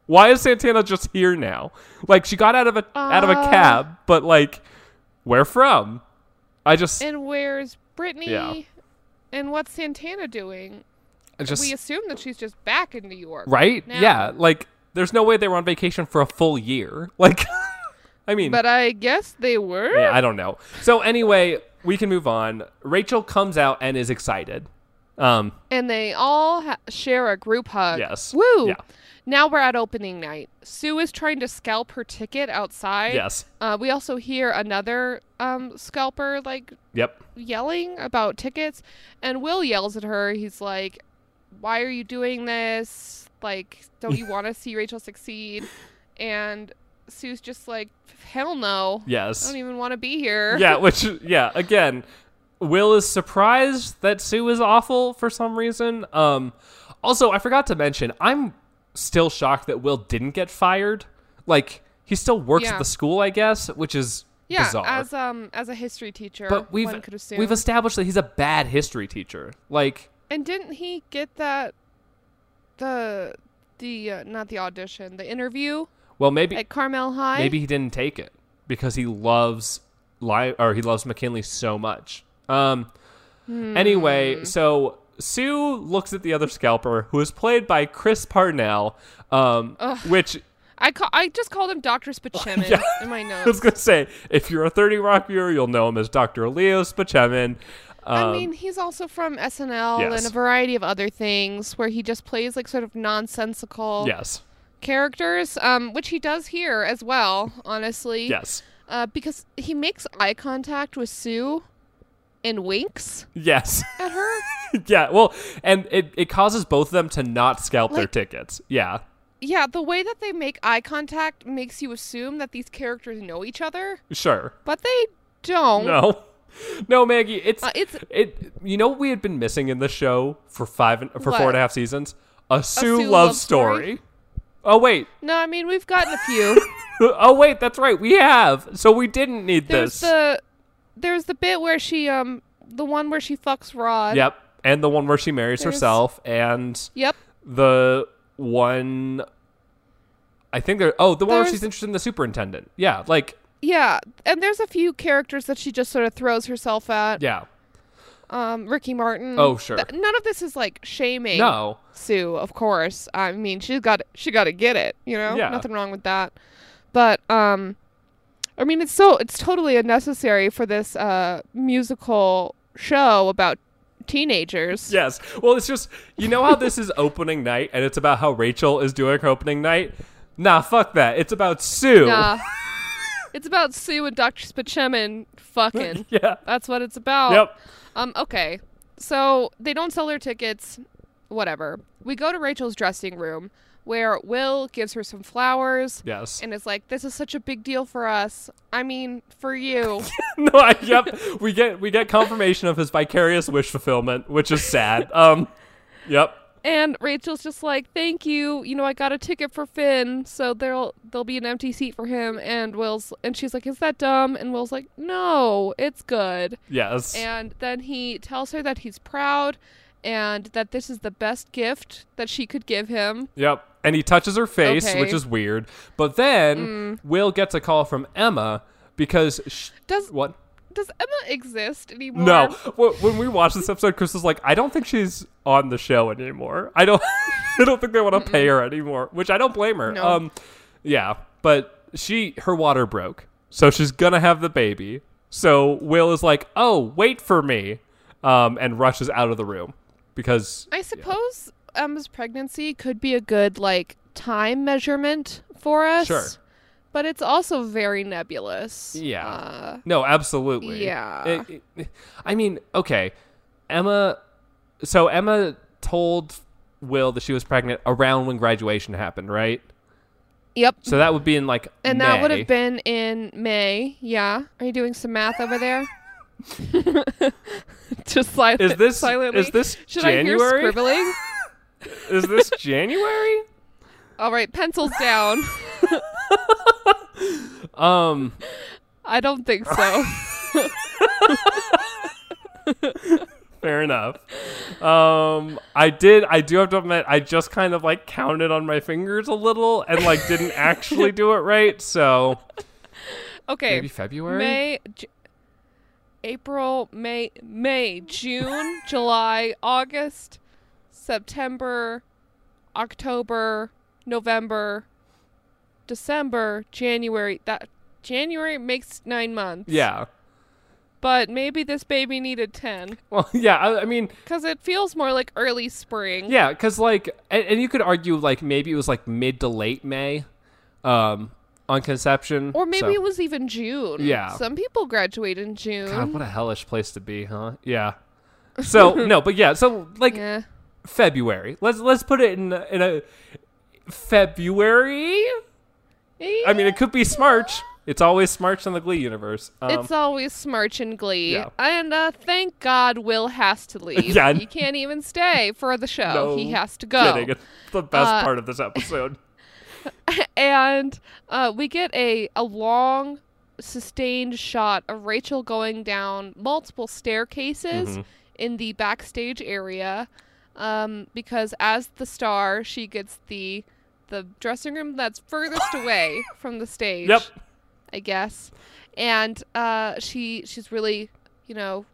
A: why is Santana just here now? Like she got out of a out of a
B: Uh,
A: cab, but like where from? I just
B: and where's Brittany?
A: Yeah.
B: And what's Santana doing?
A: I just
B: We assume that she's just back in New York.
A: right?
B: now.
A: Yeah, like there's no way they were on vacation for a full year. Like I mean
B: But I guess they were.
A: yeah, I don't know. So anyway, we can move on. Rachel comes out and is excited. Um
B: And they all ha- share a group hug.
A: Yes.
B: Woo.
A: Yeah.
B: Now we're at opening night. Sue is trying to scalp her ticket outside.
A: yes.
B: Uh, we also hear another um, scalper like
A: Yep.
B: yelling about tickets, and Will yells at her. He's like, "Why are you doing this? Like, don't you want to see Rachel succeed?" And Sue's just like, "Hell no! I
A: Yes.
B: don't even want to be here."
A: yeah, which yeah, again, Will is surprised that Sue is awful for some reason. Um also, I forgot to mention, I'm still shocked that Will didn't get fired. Like he still works
B: Yeah.
A: at the school, I guess, which is
B: Yeah,
A: bizarre.
B: as um as a history teacher,
A: but we've
B: one could assume.
A: we've established that he's a bad history teacher. Like
B: and didn't he get that the the uh, not the audition, the interview
A: well, maybe
B: at Carmel High?
A: maybe he didn't take it because he loves Ly- or he loves McKinley so much. Um anyway, so Sue looks at the other scalper who is played by Chris Parnell um which
B: I ca- I just called him Doctor Spachemin
A: Yeah.
B: in my notes.
A: I was going to say if you're a 30 Rock viewer, you'll know him as Dr. Leo Spachemin. Um,
B: I mean, he's also from SNL
A: Yes.
B: and a variety of other things where he just plays like sort of nonsensical
A: yes.
B: characters, um, which he does here as well, honestly.
A: Yes.
B: Uh, because he makes eye contact with Sue and winks
A: Yes.
B: at her.
A: yeah. Well, and it, it causes both of them to not scalp their
B: Like-
A: tickets. Yeah.
B: yeah, the way that they make eye contact makes you assume that these characters know each other,
A: Sure.
B: but they don't.
A: No. No, Maggie, it's
B: Uh, it's
A: It you know what we had been missing in the show for five and, for
B: What?
A: four and a half seasons? A Sue,
B: Sue
A: love,
B: love
A: story.
B: story?
A: Oh wait.
B: no, I mean we've gotten a few.
A: oh wait, that's right. We have. So we didn't need
B: there's
A: this.
B: the there's the bit where she um the one where she fucks Rod.
A: Yep. And the one where she marries
B: There's-
A: herself and
B: Yep.
A: the one I think there oh, the one where she's
B: There's-
A: interested in the superintendent. Yeah, like
B: Yeah, and there's a few characters that she just sort of throws herself at.
A: yeah.
B: Um, Ricky Martin.
A: Oh, sure.
B: Th- none of this is like shaming.
A: No.
B: Sue, of course. I mean, she's got she got to get it. You know,
A: Yeah.
B: nothing wrong with that. But um, I mean, it's so it's totally unnecessary for this uh musical show about teenagers.
A: Yes. Well, it's just you know how this is opening night and it's about how Rachel is doing her opening night? Nah, fuck that. It's about Sue.
B: Nah. it's about Sue and Dr. Spachemin fucking.
A: Yeah.
B: That's what it's about.
A: Yep.
B: Um, okay. So they don't sell their tickets, whatever. We go to Rachel's dressing room where Will gives her some flowers
A: Yes.
B: and is like, This is such a big deal for us. I mean, for you.
A: no, I, yep. We get we get confirmation of his vicarious wish fulfillment, which is sad. Um, yep.
B: and Rachel's just like, Thank you. You know, I got a ticket for Finn, so there'll there'll be an empty seat for him and Will's and she's like, Is that dumb? And Will's like, No, it's good.
A: Yes.
B: And then he tells her that he's proud and that this is the best gift that she could give him.
A: yep. And he touches her face,
B: Okay. Mm.
A: which is weird. But then Will gets a call from Emma because sh
B: Does
A: what?
B: does Emma exist anymore?
A: No, Wh- when we watched this episode, Chris was like, "I don't think she's on the show anymore. I don't, I don't think they want to pay her anymore." Which I don't blame her.
B: No.
A: Um, yeah, but she her water broke, so she's gonna have the baby. So Will is like, "Oh, wait for me," um, and rushes out of the room because
B: I suppose Emma's pregnancy could be a good like time measurement for us.
A: Sure.
B: But it's also very nebulous.
A: Yeah.
B: Uh,
A: No, absolutely.
B: Yeah.
A: It- it- I mean, okay. Emma. So Emma told Will that she was pregnant around when graduation happened, right?
B: yep.
A: So that would be in like.
B: And that would
A: May.
B: have been in May. Yeah. Are you doing some math over there? Just silent,
A: Is this
B: silently.
A: is this
B: Should I hear
A: January?
B: scribbling?
A: is this January?
B: All right, pencils down.
A: Um.
B: I don't think so.
A: Fair enough. Um, I did. I do have to admit, I just kind of like counted on my fingers a little and like didn't actually do it right. So
B: Okay.
A: maybe February.
B: May, J- April, May, May, June, July, August, September, October, November, December, January. That January makes nine months.
A: Yeah.
B: But maybe this baby needed ten
A: Well, yeah. I, I mean,
B: because it feels more like early spring.
A: Yeah, because like, and, and you could argue like maybe it was like mid to late May, um, on conception,
B: Or maybe
A: so-
B: it was even June.
A: Yeah.
B: Some people graduate in June.
A: God, what a hellish place to be, huh? Yeah. So no, but yeah, so like
B: yeah.
A: February. Let's let's put it in a- in a February. I mean, um, it could be Smarch. It's always Smarch in the Glee universe. Um,
B: It's always smirch and glee.
A: Yeah.
B: And uh, thank God Will has to leave.
A: Yeah.
B: He can't even stay for the show.
A: no
B: he has to go.
A: Kidding. It's the best
B: Uh,
A: part of this episode.
B: And uh, we get a, a long, sustained shot of Rachel going down multiple staircases in the backstage area. Um, because as the star, she gets the the dressing room that's furthest away from the stage.
A: Yep.
B: I guess. And uh, she she's really, you know,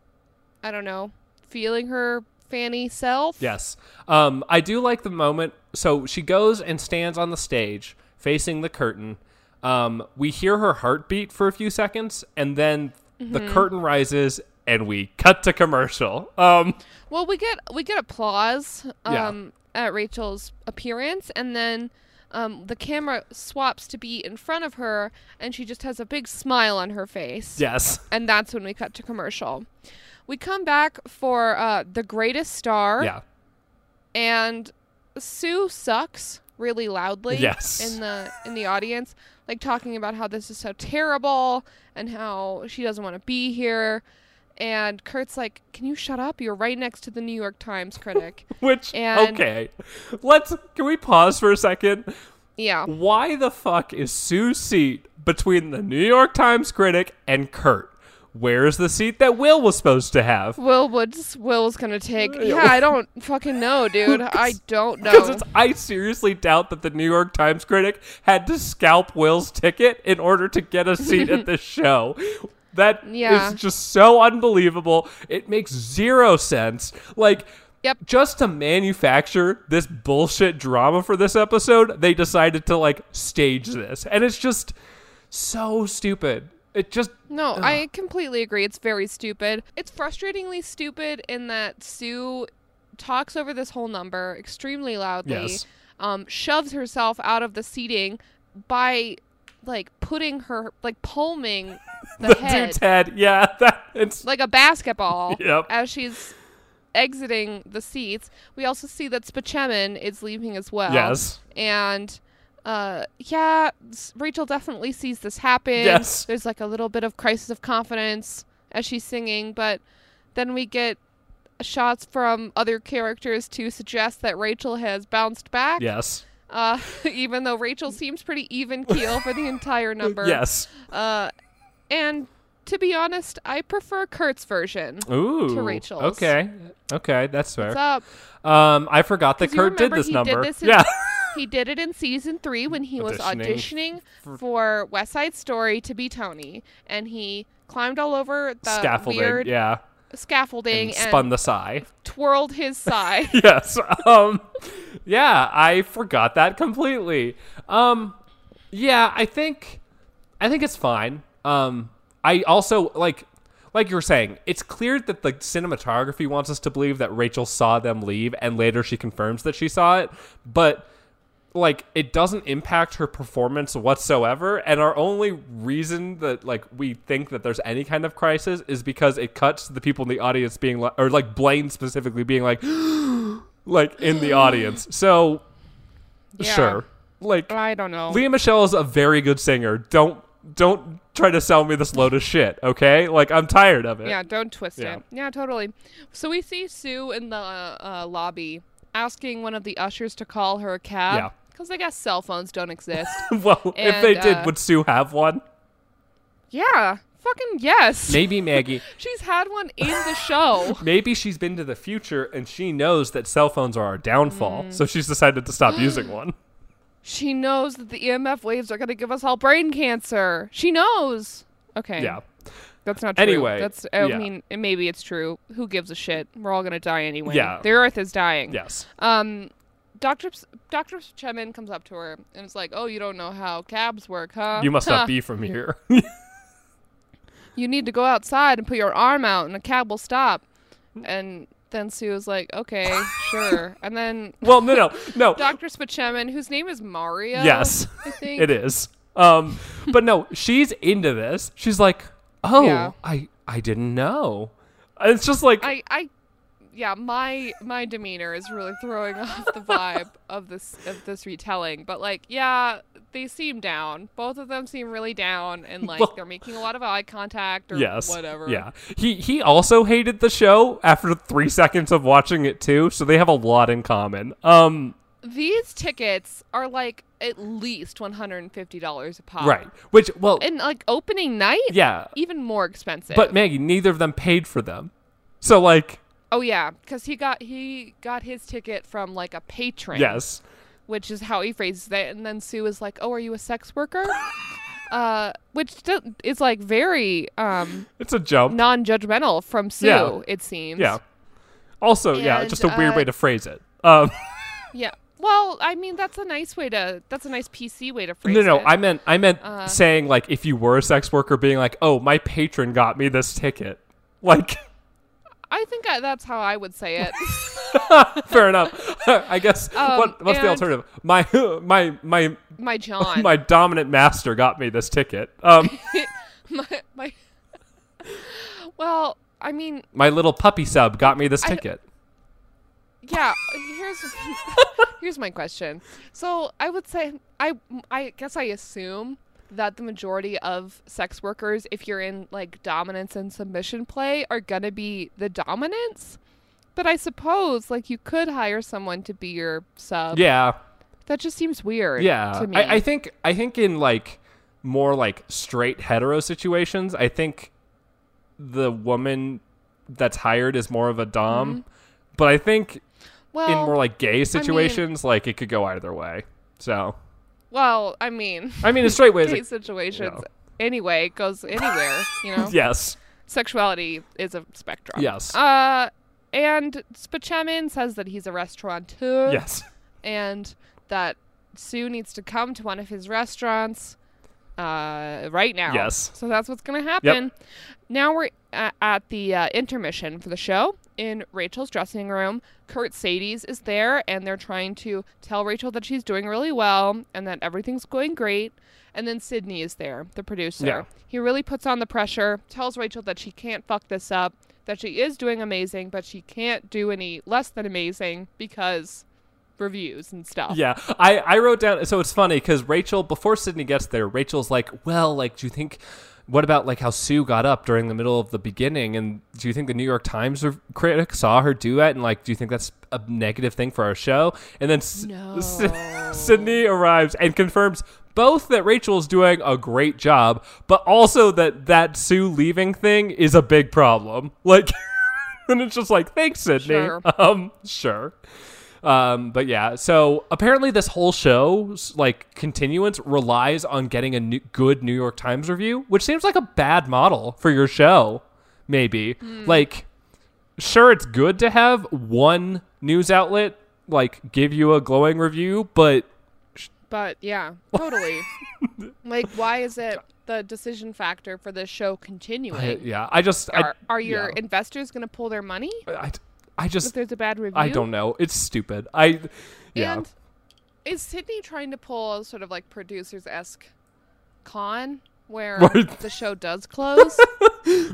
B: I don't know, feeling her fanny self.
A: Yes. Um, I do like the moment. So she goes and stands on the stage facing the curtain. Um, we hear her heartbeat for a few seconds, and then the
B: Mm-hmm.
A: curtain rises, and we cut to commercial. Um,
B: Well, we get we get applause
A: Yeah.
B: um, at Rachel's appearance, and then um, the camera swaps to be in front of her, and she just has a big smile on her face.
A: yes.
B: And that's when we cut to commercial. We come back for uh, the greatest star.
A: Yeah.
B: and Sue sucks really loudly
A: Yes.
B: in the in the audience like talking about how this is so terrible and how she doesn't want to be here and Kurt's like can you shut up you're right next to the New York Times critic
A: Which
B: And-
A: okay. Let's can we pause for a second?
B: yeah
A: Why the fuck is Sue's seat between the New York Times critic and Kurt? Where is the seat that Will was supposed to have?
B: Will Woods Will's gonna take
A: Yeah,
B: yeah I don't fucking know dude I don't
A: Because
B: know
A: it's I seriously doubt that the New York Times critic had to scalp Will's ticket in order to get a seat at this show. That is
B: Yeah.
A: just so unbelievable. It makes zero sense. Like
B: Yep.
A: just to manufacture this bullshit drama for this episode, they decided to like stage this. And it's just so stupid. It just
B: no I completely agree it's very stupid it's frustratingly stupid in that Sue talks over this whole number extremely loudly
A: Yes.
B: um, shoves herself out of the seating by like putting her like palming the, head
A: dude's head. Yeah, that it's
B: like a basketball
A: Yep.
B: as she's exiting the seats. We also see that Spachemin is leaving as well.
A: Yes.
B: And uh, yeah, s- Rachel definitely sees this happen.
A: Yes.
B: There's like a little bit of crisis of confidence as she's singing, but then we get shots from other characters to suggest that Rachel has bounced back.
A: yes.
B: Uh, even though Rachel seems pretty even keel for the entire number.
A: Yes.
B: Uh, and to be honest, I prefer Kurt's version.
A: Ooh.
B: Rachel's.
A: Okay. Okay, that's fair.
B: What's up?
A: Um, I forgot that
B: 'Cause you
A: Kurt did
B: remember
A: this
B: he did
A: number.
B: this in-
A: yeah,
B: He did it in season three when he was
A: Auditioning
B: auditioning for West Side Story to be Tony, and he climbed all over the
A: Scaffolding.
B: weird
A: yeah.
B: scaffolding and,
A: Spun the sigh.
B: twirled his sigh.
A: yes. Um, yeah, I forgot that completely. Um, yeah, I think I think it's fine. Um, I also like like you were saying, it's clear that the cinematography wants us to believe that Rachel saw them leave, and later she confirms that she saw it, but like it doesn't impact her performance whatsoever and our only reason that like we think that there's any kind of crisis is because it cuts to the people in the audience being like or like blaine specifically being like like in the audience so
B: Yeah.
A: sure like
B: I don't know.
A: leah michelle is a very good singer don't don't try to sell me this load of shit okay like i'm tired of it
B: Yeah, don't twist
A: Yeah.
B: it. Yeah, totally. So we see Sue in the uh, uh, lobby asking one of the ushers to call her a cab.
A: Yeah.
B: Because I guess cell phones don't exist.
A: well if they
B: And, uh,
A: did would sue have one
B: yeah, fucking yes.
A: maybe maggie
B: She's had one in the show.
A: Maybe she's been to the future and she knows that cell phones are our downfall,
B: Mm.
A: so she's decided to stop using one.
B: she knows that the EMF waves are going to give us all brain cancer. She knows. Okay.
A: Yeah.
B: That's not true.
A: Anyway,
B: That's, I
A: yeah.
B: mean, maybe it's true. Who gives a shit? We're all going to die anyway.
A: Yeah.
B: The earth is dying.
A: Yes.
B: Um, Doctor Doctor Chemin comes up to her and is like, "Oh, you don't know how cabs work, huh?
A: You must not
B: Huh.
A: be from here.
B: You need to go outside and put your arm out, and a cab will stop." And then Sue is like, "Okay, sure." And then
A: well, no, no, no.
B: Doctor Spachemin, whose name is Mario,
A: Yes.
B: I think
A: it is. Um, but no, she's into this. She's like, oh,
B: Yeah.
A: I, I didn't know. And It's just like,
B: I, I, yeah, my my demeanor is really throwing off the vibe of this of this retelling. But like, yeah, they seem down. Both of them seem really down, and like
A: Well-
B: they're making a lot of eye contact or
A: yes,
B: whatever.
A: Yeah, he he also hated the show after three seconds of watching it too. So they have a lot in common. Um,
B: These tickets are like at least one hundred and fifty dollars a pop.
A: right. Which, well,
B: And like opening night,
A: yeah.
B: even more expensive.
A: But Maggie, neither of them paid for them. So like,
B: oh yeah, because he got he got his ticket from like a patron.
A: yes.
B: which is how he phrases it. And then Sue is like, "Oh, are you a sex worker?" uh, which do- is like very um,
A: It's a jump.
B: non-judgmental from Sue.
A: Yeah.
B: It seems.
A: Yeah. Also, yeah,
B: And,
A: just a weird
B: uh,
A: way to phrase it. Um,
B: Yeah. Well, I mean, that's a nice way to. That's a nice PC way to phrase
A: no, no,
B: it.
A: I meant, I meant
B: Uh-huh.
A: saying like if you were a sex worker, being like, oh, my patron got me this ticket. Like,
B: I think I, that's how I would say it.
A: fair enough. I guess.
B: Um,
A: what, what's the
B: and-
A: alternative? My, my, my,
B: My John.
A: my dominant master got me this ticket. Um,
B: my, my- well, I mean,
A: my little puppy sub got me this ticket.
B: yeah. Here's here's my question. So I would say I I guess I assume that the majority of sex workers, if you're in like dominance and submission play, are gonna be the dominants. But I suppose like you could hire someone to be your sub.
A: yeah.
B: That just seems weird.
A: Yeah,
B: To me.
A: I, I think I think in like more like straight hetero situations, I think the woman that's hired is more of a dom.
B: Mm-hmm.
A: But I think
B: well,
A: in more like gay situations, like it could go either way. So
B: well, I mean,
A: I mean, in straight ways,
B: gay
A: it-
B: situations. Anyway, goes anywhere, you know.
A: yes,
B: sexuality is a spectrum.
A: Yes.
B: Uh, and Spachemin says that he's a restaurateur.
A: yes,
B: And that Sue needs to come to one of his restaurants uh, right now.
A: Yes.
B: So that's what's going to happen. Now we're a- at the uh, intermission for the show in Rachel's dressing room. Kurt Sadie's is there, and they're trying to tell Rachel that she's doing really well and that everything's going great. And then Sydney is there, the producer.
A: Yeah.
B: He really puts on the pressure, tells Rachel that she can't fuck this up, that she is doing amazing, but she can't do any less than amazing because reviews and stuff.
A: yeah. I I wrote down. So it's funny because Rachel before Sydney gets there, Rachel's like, well, like, do you think? What about like how Sue got up during the middle of the beginning? And do you think the New York Times rev- critic saw her do it? And like, do you think that's a negative thing for our show? And then S-
B: No.
A: S- Sydney arrives and confirms both that Rachel's doing a great job, but also that that Sue leaving thing is a big problem. Like, and it's just like, thanks, Sydney.
B: Sure.
A: Um, sure. Um, but yeah, so apparently this whole show's like continuance relies on getting a new, good New York Times review, which seems like a bad model for your show. Maybe like sure it's good to have one news outlet like give you a glowing review, but
B: But yeah, totally. like, why is it the decision factor for this show
A: I-
B: continuing?
A: yeah, I just I,
B: are, are your
A: yeah.
B: investors going to pull their money
A: I, I
B: if
A: just
B: there's a bad review?
A: I don't know. It's stupid. I yeah.
B: And is Sydney trying to pull a sort of like producers esque con where
A: Right.
B: the show does close?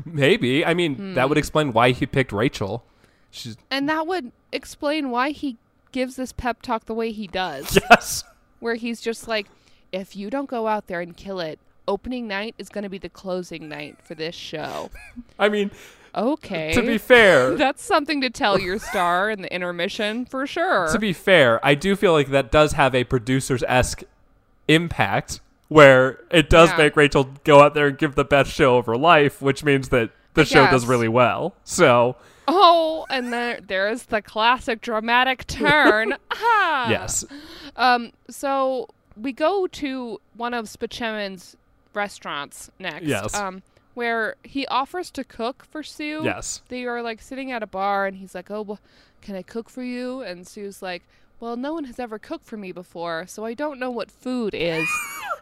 A: Maybe. I mean, that
B: Hmm.
A: would explain why he picked Rachel. She's
B: and that would explain why he gives this pep talk the way he does,
A: yes.
B: where he's just like, if you don't go out there and kill it, opening night is going to be the closing night for this show.
A: I mean,
B: Okay.
A: to be fair,
B: That's something to tell your star in the intermission for sure.
A: to be fair, I do feel like that does have a producers esque impact where it does
B: Yeah.
A: make Rachel go out there and give the best show of her life, which means that the
B: I
A: show does
B: guess.
A: really well. So
B: oh, and there there is the classic dramatic turn. ah.
A: yes,
B: Um, so we go to one of Spachemin's restaurants next.
A: Yes.
B: Um, where he offers to cook for Sue.
A: yes,
B: They are like sitting at a bar, and he's like, "Oh, well, can I cook for you?" And Sue's like, "Well, no one has ever cooked for me before, so I don't know what food is."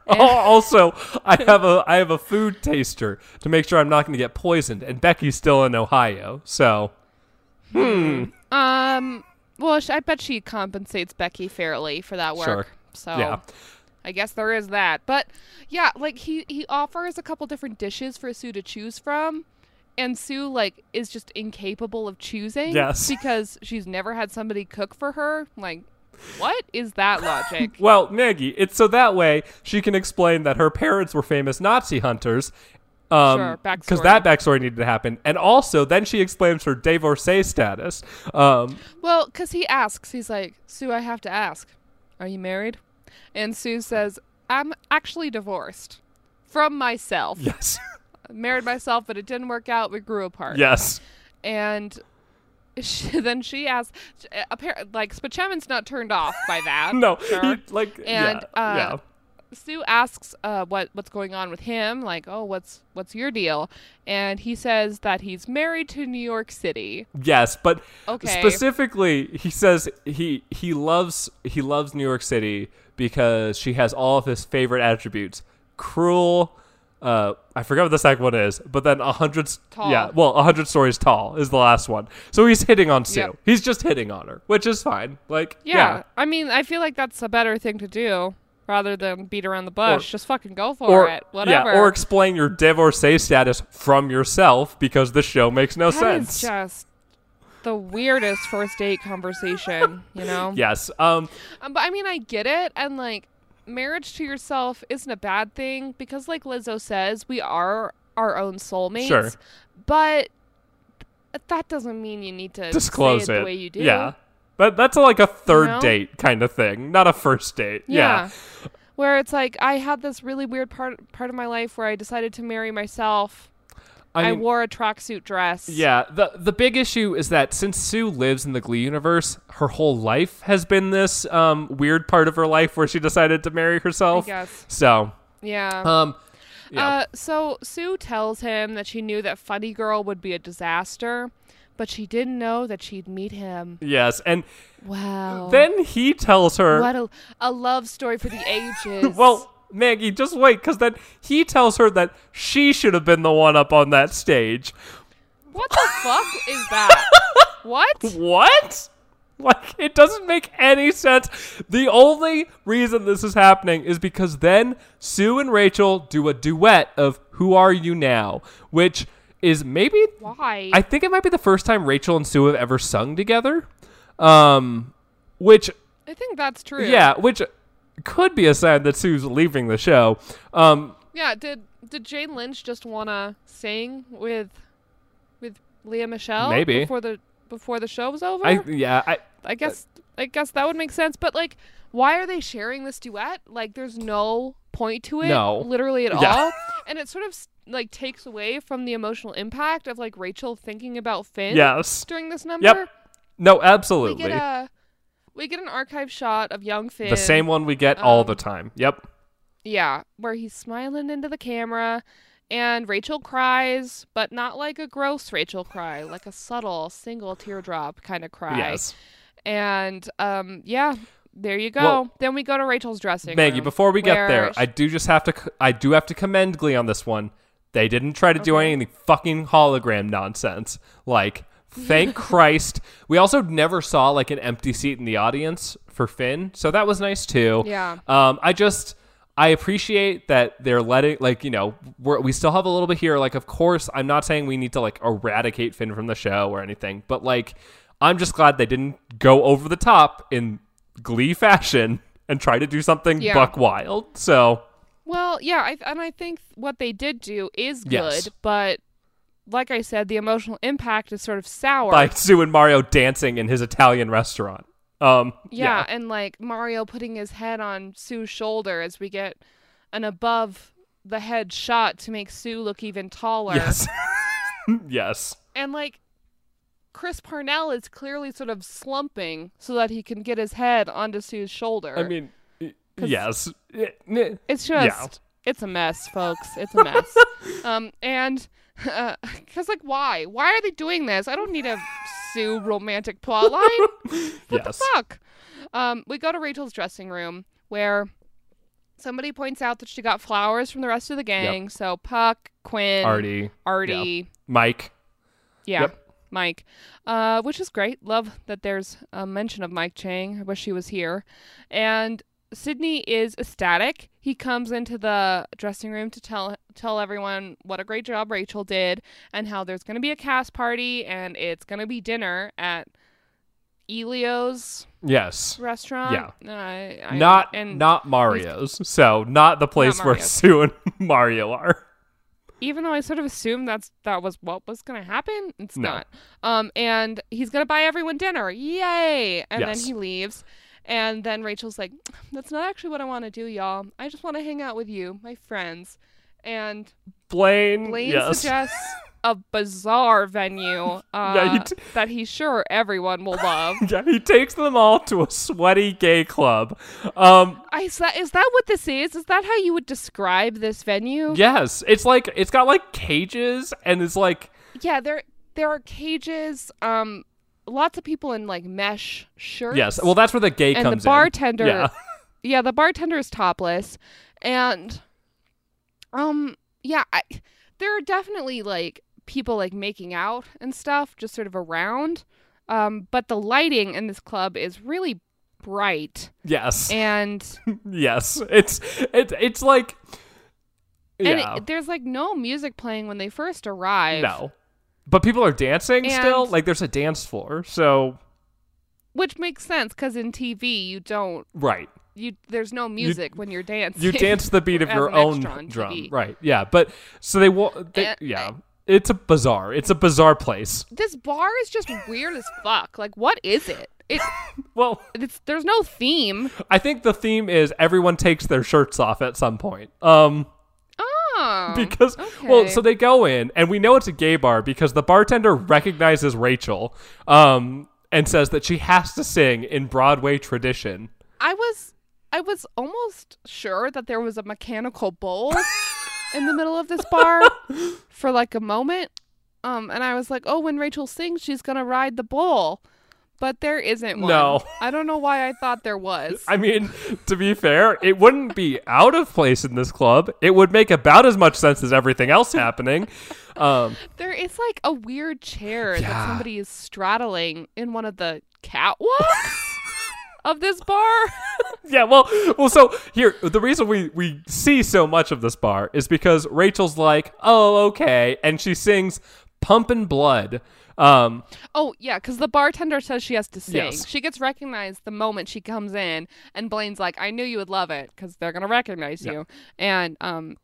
A: Oh, also, I have a I have a food taster to make sure I'm not going to get poisoned, and Becky's still in Ohio, so
B: um, well, sh- I bet she compensates Becky fairly for that work.
A: Sure.
B: So
A: yeah,
B: I guess there is that. But yeah, like he he offers a couple different dishes for Sue to choose from, and Sue like is just incapable of choosing.
A: Yes.
B: because she's never had somebody cook for her. Like, what is that logic?
A: Well, Maggie, it's so that way she can explain that her parents were famous Nazi hunters. Um,
B: Sure, backstory.
A: Because that backstory needed to happen. And also, then she explains her divorcee status. Um,
B: well, because he asks, he's like, Sue, I have to ask, are you married? And Sue says, I'm actually divorced from myself.
A: yes.
B: Married myself, but it didn't work out. We grew apart.
A: Yes.
B: and she, then she asked apparently like Spachemin's not turned off by that
A: No.
B: sure.
A: he- like,
B: And,
A: yeah,
B: uh,
A: yeah.
B: sue asks uh, what what's going on with him like oh what's what's your deal and he says that he's married to new york city
A: Yes, but
B: Okay.
A: specifically, he says he he loves he loves New York City because she has all of his favorite attributes: cruel. Uh, I forgot what the second one is, but then a hundred. s-
B: Tall.
A: Yeah, well, a hundred stories tall is the last one. So he's hitting on Sue.
B: Yep.
A: He's just hitting on her, which is fine. Like,
B: yeah,
A: yeah.
B: i mean i feel like that's a better thing to do rather than beat around the bush just fucking go for
A: Or
B: it whatever
A: yeah, or explain your divorcee status from yourself because the show makes no
B: that
A: sense.
B: is just the weirdest first date conversation you know
A: yes. Um.
B: Um, but I mean, I get it, and like, marriage to yourself isn't a bad thing because, like Lizzo says, we are our own soulmates.
A: Sure.
B: But th- that doesn't mean you need to
A: disclose
B: say
A: it,
B: the way you do.
A: Yeah, but that's like a third
B: know?
A: date kind of thing, not a first date.
B: Yeah.
A: Yeah,
B: Where it's like I had this really weird part part of my life where I decided to marry myself. I,
A: mean,
B: wore a tracksuit dress.
A: yeah. the The big issue is that since Sue lives in the Glee universe, her whole life has been this um, weird part of her life where she decided to marry herself.
B: guess.
A: So,
B: Yeah.
A: um, yeah.
B: Uh, so Sue tells him that she knew that Funny Girl would be a disaster, but she didn't know that she'd meet him.
A: yes, and
B: Wow.
A: then he tells her,
B: oh. What a, a love story for the ages.
A: "Well." Maggie, just wait, because then he tells her that she should have been the one up on that stage.
B: what the fuck is that? What?
A: What? Like, it doesn't make any sense. The only reason this is happening is because then Sue and Rachel do a duet of Who Are You Now, which is maybe.
B: Why?
A: I think it might be the first time Rachel and Sue have ever sung together. Um, which,
B: I think that's true.
A: yeah, which could be a sign that Sue's leaving the show. Um,
B: Yeah. Did Did Jane Lynch just wanna sing with with Leah Michelle?
A: Maybe.
B: before the before the show was over.
A: I, yeah, I,
B: I guess I guess that would make sense. But like, why are they sharing this duet? Like, there's no point to it.
A: No.
B: literally at
A: Yeah.
B: all. And it sort of s- like takes away from the emotional impact of like Rachel thinking about Finn
A: yes.
B: during this number.
A: Yep, No,
B: We
A: absolutely.
B: get a we get an archive shot of young Finn.
A: The same one we get all
B: um,
A: the time. Yep.
B: Yeah, where he's smiling into the camera and Rachel cries, but not like a gross Rachel cry, like a subtle single teardrop kind of cry.
A: Yes.
B: And um yeah, there you go.
A: Well-
B: then we go to Rachel's dressing
A: Maggie,
B: room,
A: before we get
B: where
A: there,
B: sh-
A: I do just have to c- I do have to commend Glee on this one. They didn't try to do any fucking hologram nonsense. Like, thank Christ. We also never saw like an empty seat in the audience for Finn, so that was nice too.
B: Yeah.
A: Um, I just I appreciate that they're letting like you know we're, we still have a little bit here. Like, of course, I'm not saying we need to like eradicate Finn from the show or anything, but like I'm just glad they didn't go over the top in Glee fashion and try to do something
B: Yeah.
A: buck wild. So
B: Well, yeah, I, and I think what they did do is good,
A: Yes.
B: but like I said, the emotional impact is sort of sour.
A: by Sue and Mario dancing in his Italian restaurant. Um,
B: yeah, and like Mario putting his head on Sue's shoulder as we get an above the head shot to make Sue look even taller.
A: Yes. yes.
B: And like Chris Parnell is clearly sort of slumping so that he can get his head onto Sue's shoulder.
A: I mean, y- yes. Y- n-
B: It's
A: Yeah.
B: just it's a mess, folks. It's a mess. um, and because like, why? Why are they doing this? I don't need a Sue romantic plotline.
A: Yes.
B: Fuck. Um, we go to Rachel's dressing room where somebody points out that she got flowers from the rest of the gang. So Puck, Quinn,
A: Artie,
B: Artie,
A: Mike.
B: yeah.
A: Yep.
B: Mike, uh, which is great. Love that there's a mention of Mike Chang. I wish he was here. And Sydney is ecstatic. He comes into the dressing room to tell tell everyone what a great job Rachel did and how there's going to be a cast party and it's going to be dinner at Elio's
A: Yes.
B: restaurant. Yeah, I, I,
A: not
B: and
A: not Mario's. So not the place where
B: Mario's.
A: Sue and Mario are.
B: even though I sort of assumed that's that was what was gonna happen, it's
A: No.
B: not. Um, and he's gonna buy everyone dinner, yay! And
A: Yes.
B: then he leaves, and then Rachel's like, "That's not actually what I want to do, y'all. I just want to hang out with you, my friends." And
A: Blaine.
B: Blaine
A: yes.
B: suggests a bizarre venue uh,
A: he t-
B: that he's sure everyone will love.
A: yeah, he takes them all to a sweaty gay club. Um,
B: I is that, is that what this is? Is that how you would describe this venue?
A: yes, it's like it's got like cages and it's like
B: Yeah, there there are cages. Um, lots of people in like mesh shirts.
A: yes. Well, that's where the gay
B: and
A: comes
B: the bartender.
A: in. Yeah.
B: yeah, the bartender is topless, and um, yeah, I, there are definitely like people like making out and stuff, just sort of around. Um, but the lighting in this club is really bright,
A: Yes.
B: and
A: yes. It's it's it's like yeah.
B: and it, there's like no music playing when they first arrive.
A: no. But people are dancing still.
B: And-
A: Like there's a dance floor. So
B: which makes sense because in TV you don't
A: right.
B: you there's no music when you're dancing.
A: You dance the beat of
B: as
A: your
B: an
A: own
B: extra on
A: drum,
B: TV.
A: right? Yeah, but so they, wa- they
B: And-
A: yeah, it's a bizarre, it's a bizarre place.
B: This bar is just weird as fuck. Like, what is it? It
A: Well,
B: it's, there's no theme.
A: I think the theme is everyone takes their shirts off at some point. Um,
B: Oh,
A: because well,
B: okay.
A: so they go in, and we know it's a gay bar because the bartender recognizes Rachel, um, and says that she has to sing in Broadway tradition.
B: I was I was almost sure that there was a mechanical bowl in the middle of this bar for like a moment. Um, and I was like, oh, when Rachel sings, she's gonna ride the bowl, but there isn't one.
A: No.
B: I don't know why I thought there was.
A: I mean, to be fair, it wouldn't be out of place in this club. It would make about as much sense as everything else happening. Um,
B: There is like a weird chair
A: Yeah.
B: that somebody is straddling in one of the catwalks of this bar.
A: Yeah, well, well. So here, the reason we we see so much of this bar is because Rachel's like, "Oh, okay," and she sings "Pumpin' Blood." Um,
B: Oh yeah, because the bartender says she has to sing.
A: Yes.
B: She gets recognized the moment she comes in, and Blaine's like, "I knew you would love it because they're gonna recognize you." And um,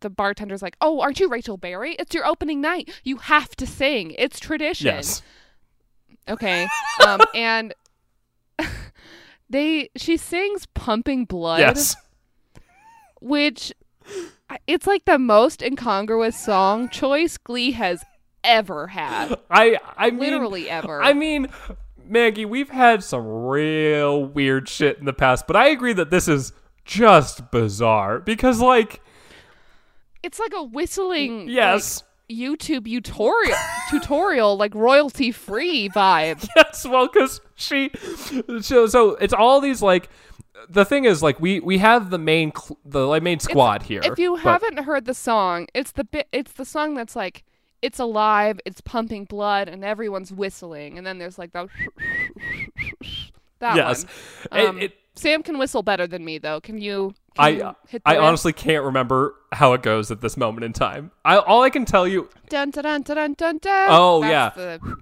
B: the bartender's like, "Oh, aren't you Rachel Berry? It's your opening night. You have to sing. It's tradition."
A: yes,
B: Okay. Um, and they she sings "Pumping Blood,"
A: yes,
B: which I- it's like the most incongruous song choice Glee has ever had.
A: I, I mean,
B: Literally ever.
A: I mean, Maggie, we've had some real weird shit in the past, but I agree that this is just bizarre because, like,
B: It's like a whistling
A: yes,
B: like, YouTube tutorial tutorial like royalty free vibe.
A: yes, well, because she, so, so it's all these like. The thing is, like, we we have the main cl- the like, main squad here.
B: If you
A: but-
B: haven't heard the song, it's the bit it's the song that's like it's alive, it's pumping blood and everyone's whistling and then there's like that that
A: yes,
B: one.
A: It-
B: Um,
A: it-
B: Sam can whistle better than me though. Can you can
A: I
B: you hit the
A: I
B: riff?
A: honestly can't remember how it goes at this moment in time. I all I can tell you
B: dun dun dun dun dun dun.
A: Oh,
B: That's the-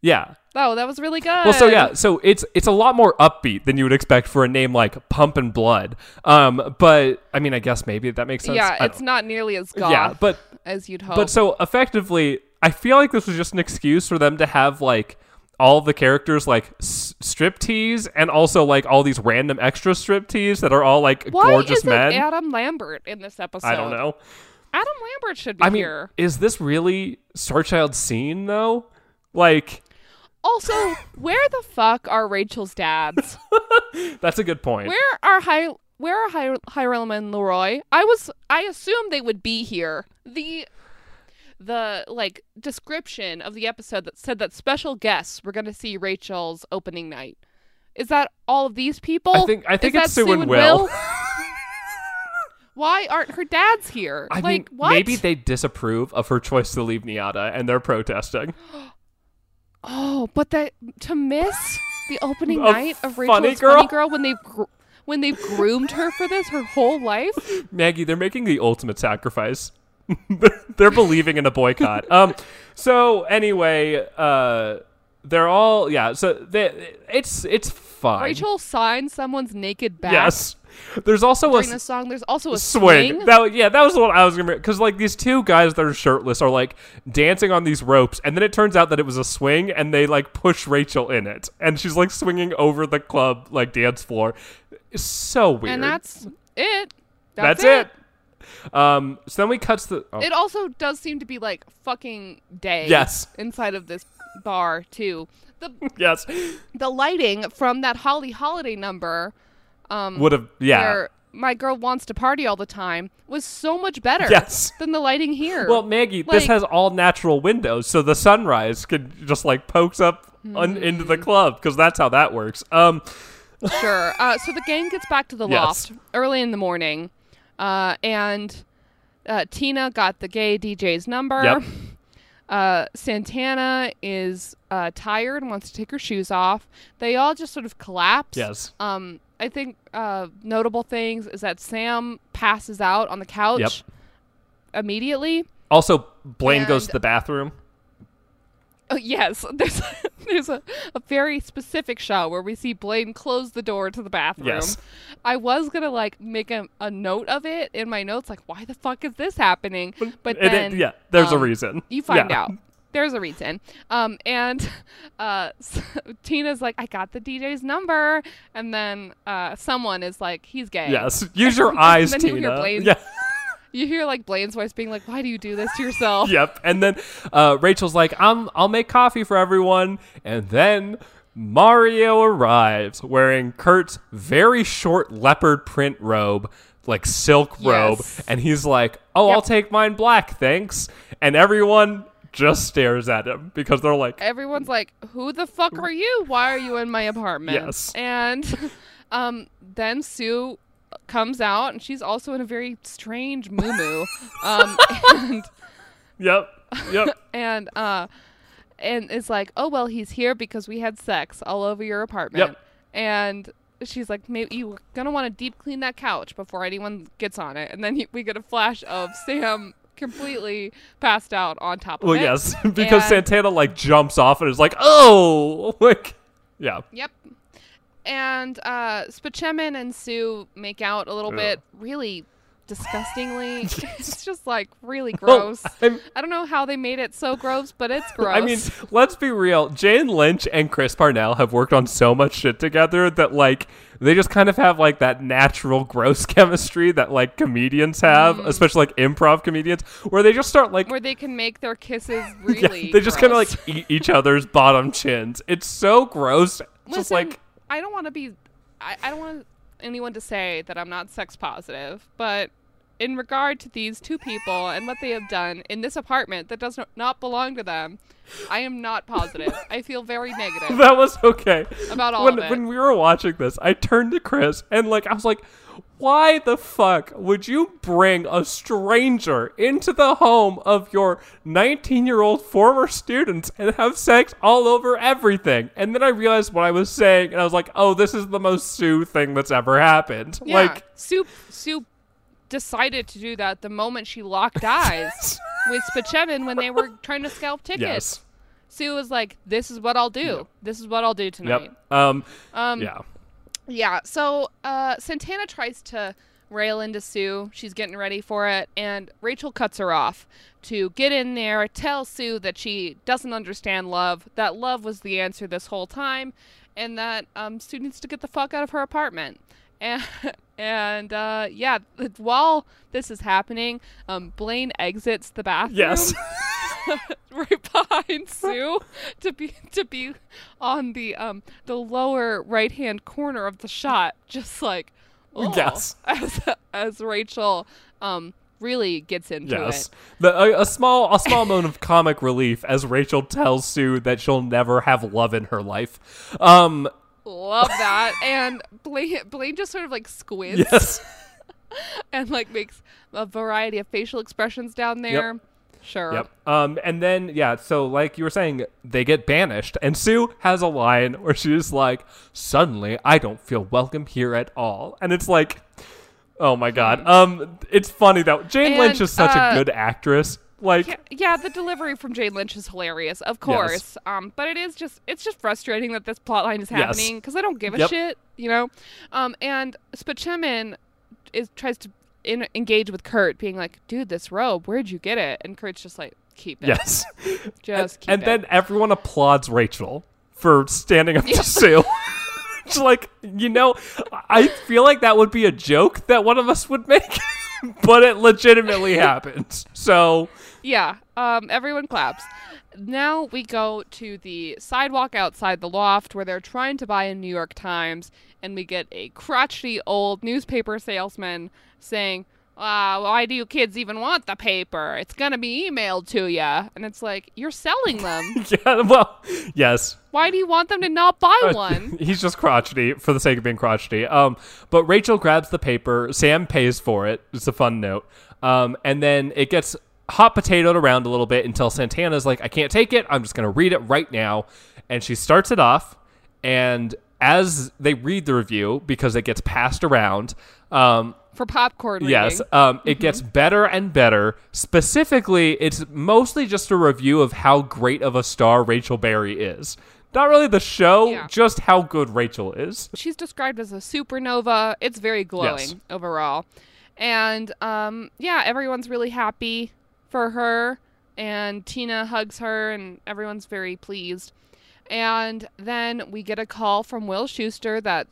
A: Yeah.
B: oh, that was really good.
A: Well, so yeah, so it's it's a lot more upbeat than you would expect for a name like Pump and Blood. Um, but I mean, I guess maybe that makes sense. I
B: yeah,
A: don't-
B: it's not nearly as goth
A: yeah, but
B: as you'd hope.
A: but so effectively, I feel like this was just an excuse for them to have like all the characters like s- striptease and also like all these random extra striptease that are all like
B: Why
A: gorgeous
B: isn't
A: men.
B: Adam Lambert in this episode?
A: I don't know.
B: Adam Lambert should be
A: I mean,
B: here.
A: is this really Starchild scene though? Like
B: Also, where the fuck are Rachel's dads?
A: that's a good point.
B: Where are Hi- Where are Hi- Hiram and Leroy? I was. I assumed they would be here. The the like description of the episode that said that special guests were going to see Rachel's opening night. Is that all of these people?
A: I think I think
B: Is
A: it's
B: that
A: Sue and
B: Will.
A: Will.
B: Why aren't her dads here?
A: I
B: like
A: mean,
B: what?
A: maybe they disapprove of her choice to leave Niata and they're protesting.
B: Oh, but that to miss the opening
A: Of
B: night of Rachel's
A: Funny
B: Funny
A: Girl?
B: Girl, when they've gr- when they've groomed her for this her whole life.
A: Maggie, they're making the ultimate sacrifice. they're believing in a boycott. Um, so anyway, uh, they're all yeah. So they, it's it's fine.
B: Rachel signs someone's naked back
A: yes. There's also a
B: during the
A: s-
B: song. There's also a
A: swing.
B: swing.
A: That yeah, that was what I was gonna because like these two guys that are shirtless are like dancing on these ropes, and then it turns out that it was a swing, and they like push Rachel in it, and she's like swinging over the club like dance floor. It's so weird.
B: and that's it.
A: That's, it. Um, so then we cuts the. oh,
B: it. also does seem to be like fucking day.
A: Yes.
B: Inside of this bar too. The
A: yes,
B: the lighting from that Holly Holiday number um,
A: would have. Yeah.
B: where my girl wants to party all the time was so much better
A: Yes.
B: than the lighting here.
A: Well, Maggie, this
B: like-
A: has all natural windows, so the sunrise could just like pokes up on, into
B: Hmm.
A: the club because that's how that works. Um,
B: Sure. Uh, so the gang gets back to the
A: Yes.
B: loft early in the morning, uh, and uh, Tina got the gay DJ's number.
A: Yep.
B: Uh, Santana is uh, tired and wants to take her shoes off. They all just sort of collapse.
A: yes.
B: Um, I think uh, notable things is that Sam passes out on the couch
A: Yep.
B: immediately.
A: Also, Blaine goes
B: And-
A: to the bathroom.
B: Oh, yes, there's there's a, a very specific shot where we see Blaine close the door to the bathroom.
A: Yes.
B: I was gonna like make a, a note of it in my notes, like why the fuck is this happening? But
A: And
B: then
A: it, yeah, there's a
B: um,
A: reason.
B: You find
A: Yeah.
B: out. There's a reason. Um, and uh, Tina's like, I got the DJ's number, and then uh, someone is like, he's gay.
A: Yes. Use your eyes,
B: then you hear
A: Tina.
B: Blaine-
A: Yeah.
B: You hear like Blaine's voice being like, why do you do this to yourself?
A: yep. And then uh, Rachel's like, I'm, I'll make coffee for everyone. And then Mario arrives wearing Kurt's very short leopard print robe, like silk robe.
B: Yes.
A: And he's like, Oh, I'll
B: Yep.
A: take mine black, thanks. And everyone just stares at him because they're like,
B: everyone's like, "Who the fuck are you? Why are you in my apartment?"
A: Yes.
B: And um, then Sue comes out, and she's also in a very strange moo um, and
A: Yep. Yep.
B: and uh, and is like, "Oh well, he's here because we had sex all over your apartment."
A: Yep.
B: And she's like, "Maybe you're gonna want to deep clean that couch before anyone gets on it." And then he, we get a flash of Sam completely passed out on top of
A: well,
B: it.
A: yes. Because
B: Eh. And-
A: Santana like jumps off and is like, Oh, like, yeah.
B: Yep. And uh Spachemin and Sue make out a little
A: Ugh.
B: bit, really disgustingly. it's just like really
A: Well,
B: gross.
A: I'm-
B: I don't know how they made it so gross, but it's gross.
A: Oh, I mean, let's be real. Jane Lynch and Chris Parnell have worked on so much shit together that like They just kind of have like that natural gross chemistry that like comedians have,
B: Mm.
A: especially like improv comedians, where they just start like
B: where they can make their kisses
A: yeah,
B: really.
A: they just kind of
B: gross.
A: like eat each other's bottom chins. It's so gross. It's just
B: Listen,
A: like
B: I don't want to be. I, I don't want anyone to say that I'm not sex positive, but in regard to these two people and what they have done in this apartment that does no- not belong to them, I am not positive. I feel very negative.
A: that was okay.
B: About all
A: when
B: of it.
A: when we were watching this, I turned to Chris and like I was like, "Why the fuck would you bring a stranger into the home of your 19-year-old former students and have sex all over everything?" And then I realized what I was saying, and I was like, "Oh, this is the most Sue thing that's ever happened."
B: Yeah,
A: Like,
B: Sue, Sue decided to do that the moment she locked eyes with Spachevin when they were trying to scalp tickets.
A: yes,
B: Sue was like, "This is what I'll do. This is what I'll do tonight."
A: yep, um,
B: Um,
A: yeah.
B: Yeah. So uh, Santana tries to rail into Sue. She's getting ready for it, and Rachel cuts her off to get in there, tell Sue that she doesn't understand love, that love was the answer this whole time, and that um, Sue needs to get the fuck out of her apartment. And, and uh, yeah, while this is happening, um, Blaine exits the bathroom
A: Yes.
B: right behind Sue to be to be on the um the lower right hand corner of the shot, just like oh,
A: Yes.
B: as as Rachel um really gets into
A: Yes,
B: it.
A: the, a, a small a small moment of comic relief as Rachel tells Sue that she'll never have love in her life. Um,
B: Love that. and Blaine Blaine just sort of like squints
A: yes,
B: and like makes a variety of facial expressions down there. Sure.
A: yep. Um, and then yeah, so like you were saying, they get banished, and Sue has a line where she's like, "Suddenly, I don't feel welcome here at all," and it's like, oh my god. Um, it's funny that Jane
B: Hmm. And,
A: Lynch is such
B: uh,
A: a good actress. Like,
B: Yeah, yeah, the delivery from Jane Lynch is hilarious, of course. Um, but it is just it's just frustrating that this plot line is
A: Yes.
B: happening because I don't give a
A: Yep.
B: shit, you know. Um, and Spachemin is tries to in, engage with Kurt, being like, "Dude, this robe, where'd you get it?" And Kurt's just like, "Keep it,
A: yes,
B: just keep
A: and
B: it."
A: then everyone applauds Rachel for standing up to Sue. It's like, you know, I feel like that would be a joke that one of us would make, but it legitimately happened. So,
B: Yeah. Um, everyone claps. Now we go to the sidewalk outside the loft where they're trying to buy a New York Times, and we get a crotchety old newspaper salesman saying, uh, why do you kids even want the paper? It's going to be emailed to you. And it's like, you're selling them.
A: yeah, well, yes.
B: Why do you want them to not buy
A: Uh,
B: one?
A: He's just crotchety for the sake of being crotchety. Um, but Rachel grabs the paper. Sam pays for it. It's a fun note. Um, and then it gets hot potatoed around a little bit until Santana's like, I can't take it. I'm just going to read it right now. And she starts it off. And as they read the review, because it gets passed around, um,
B: For popcorn reading.
A: Yes, um, it gets
B: Mm-hmm.
A: better and better. Specifically, it's mostly just a review of how great of a star Rachel Berry is. Not really the show,
B: Yeah.
A: just how good Rachel is.
B: she's described as a supernova. It's very glowing
A: Yes.
B: overall. And um, yeah, everyone's really happy for her. And Tina hugs her, and everyone's very pleased. And then we get a call from Will Schuster that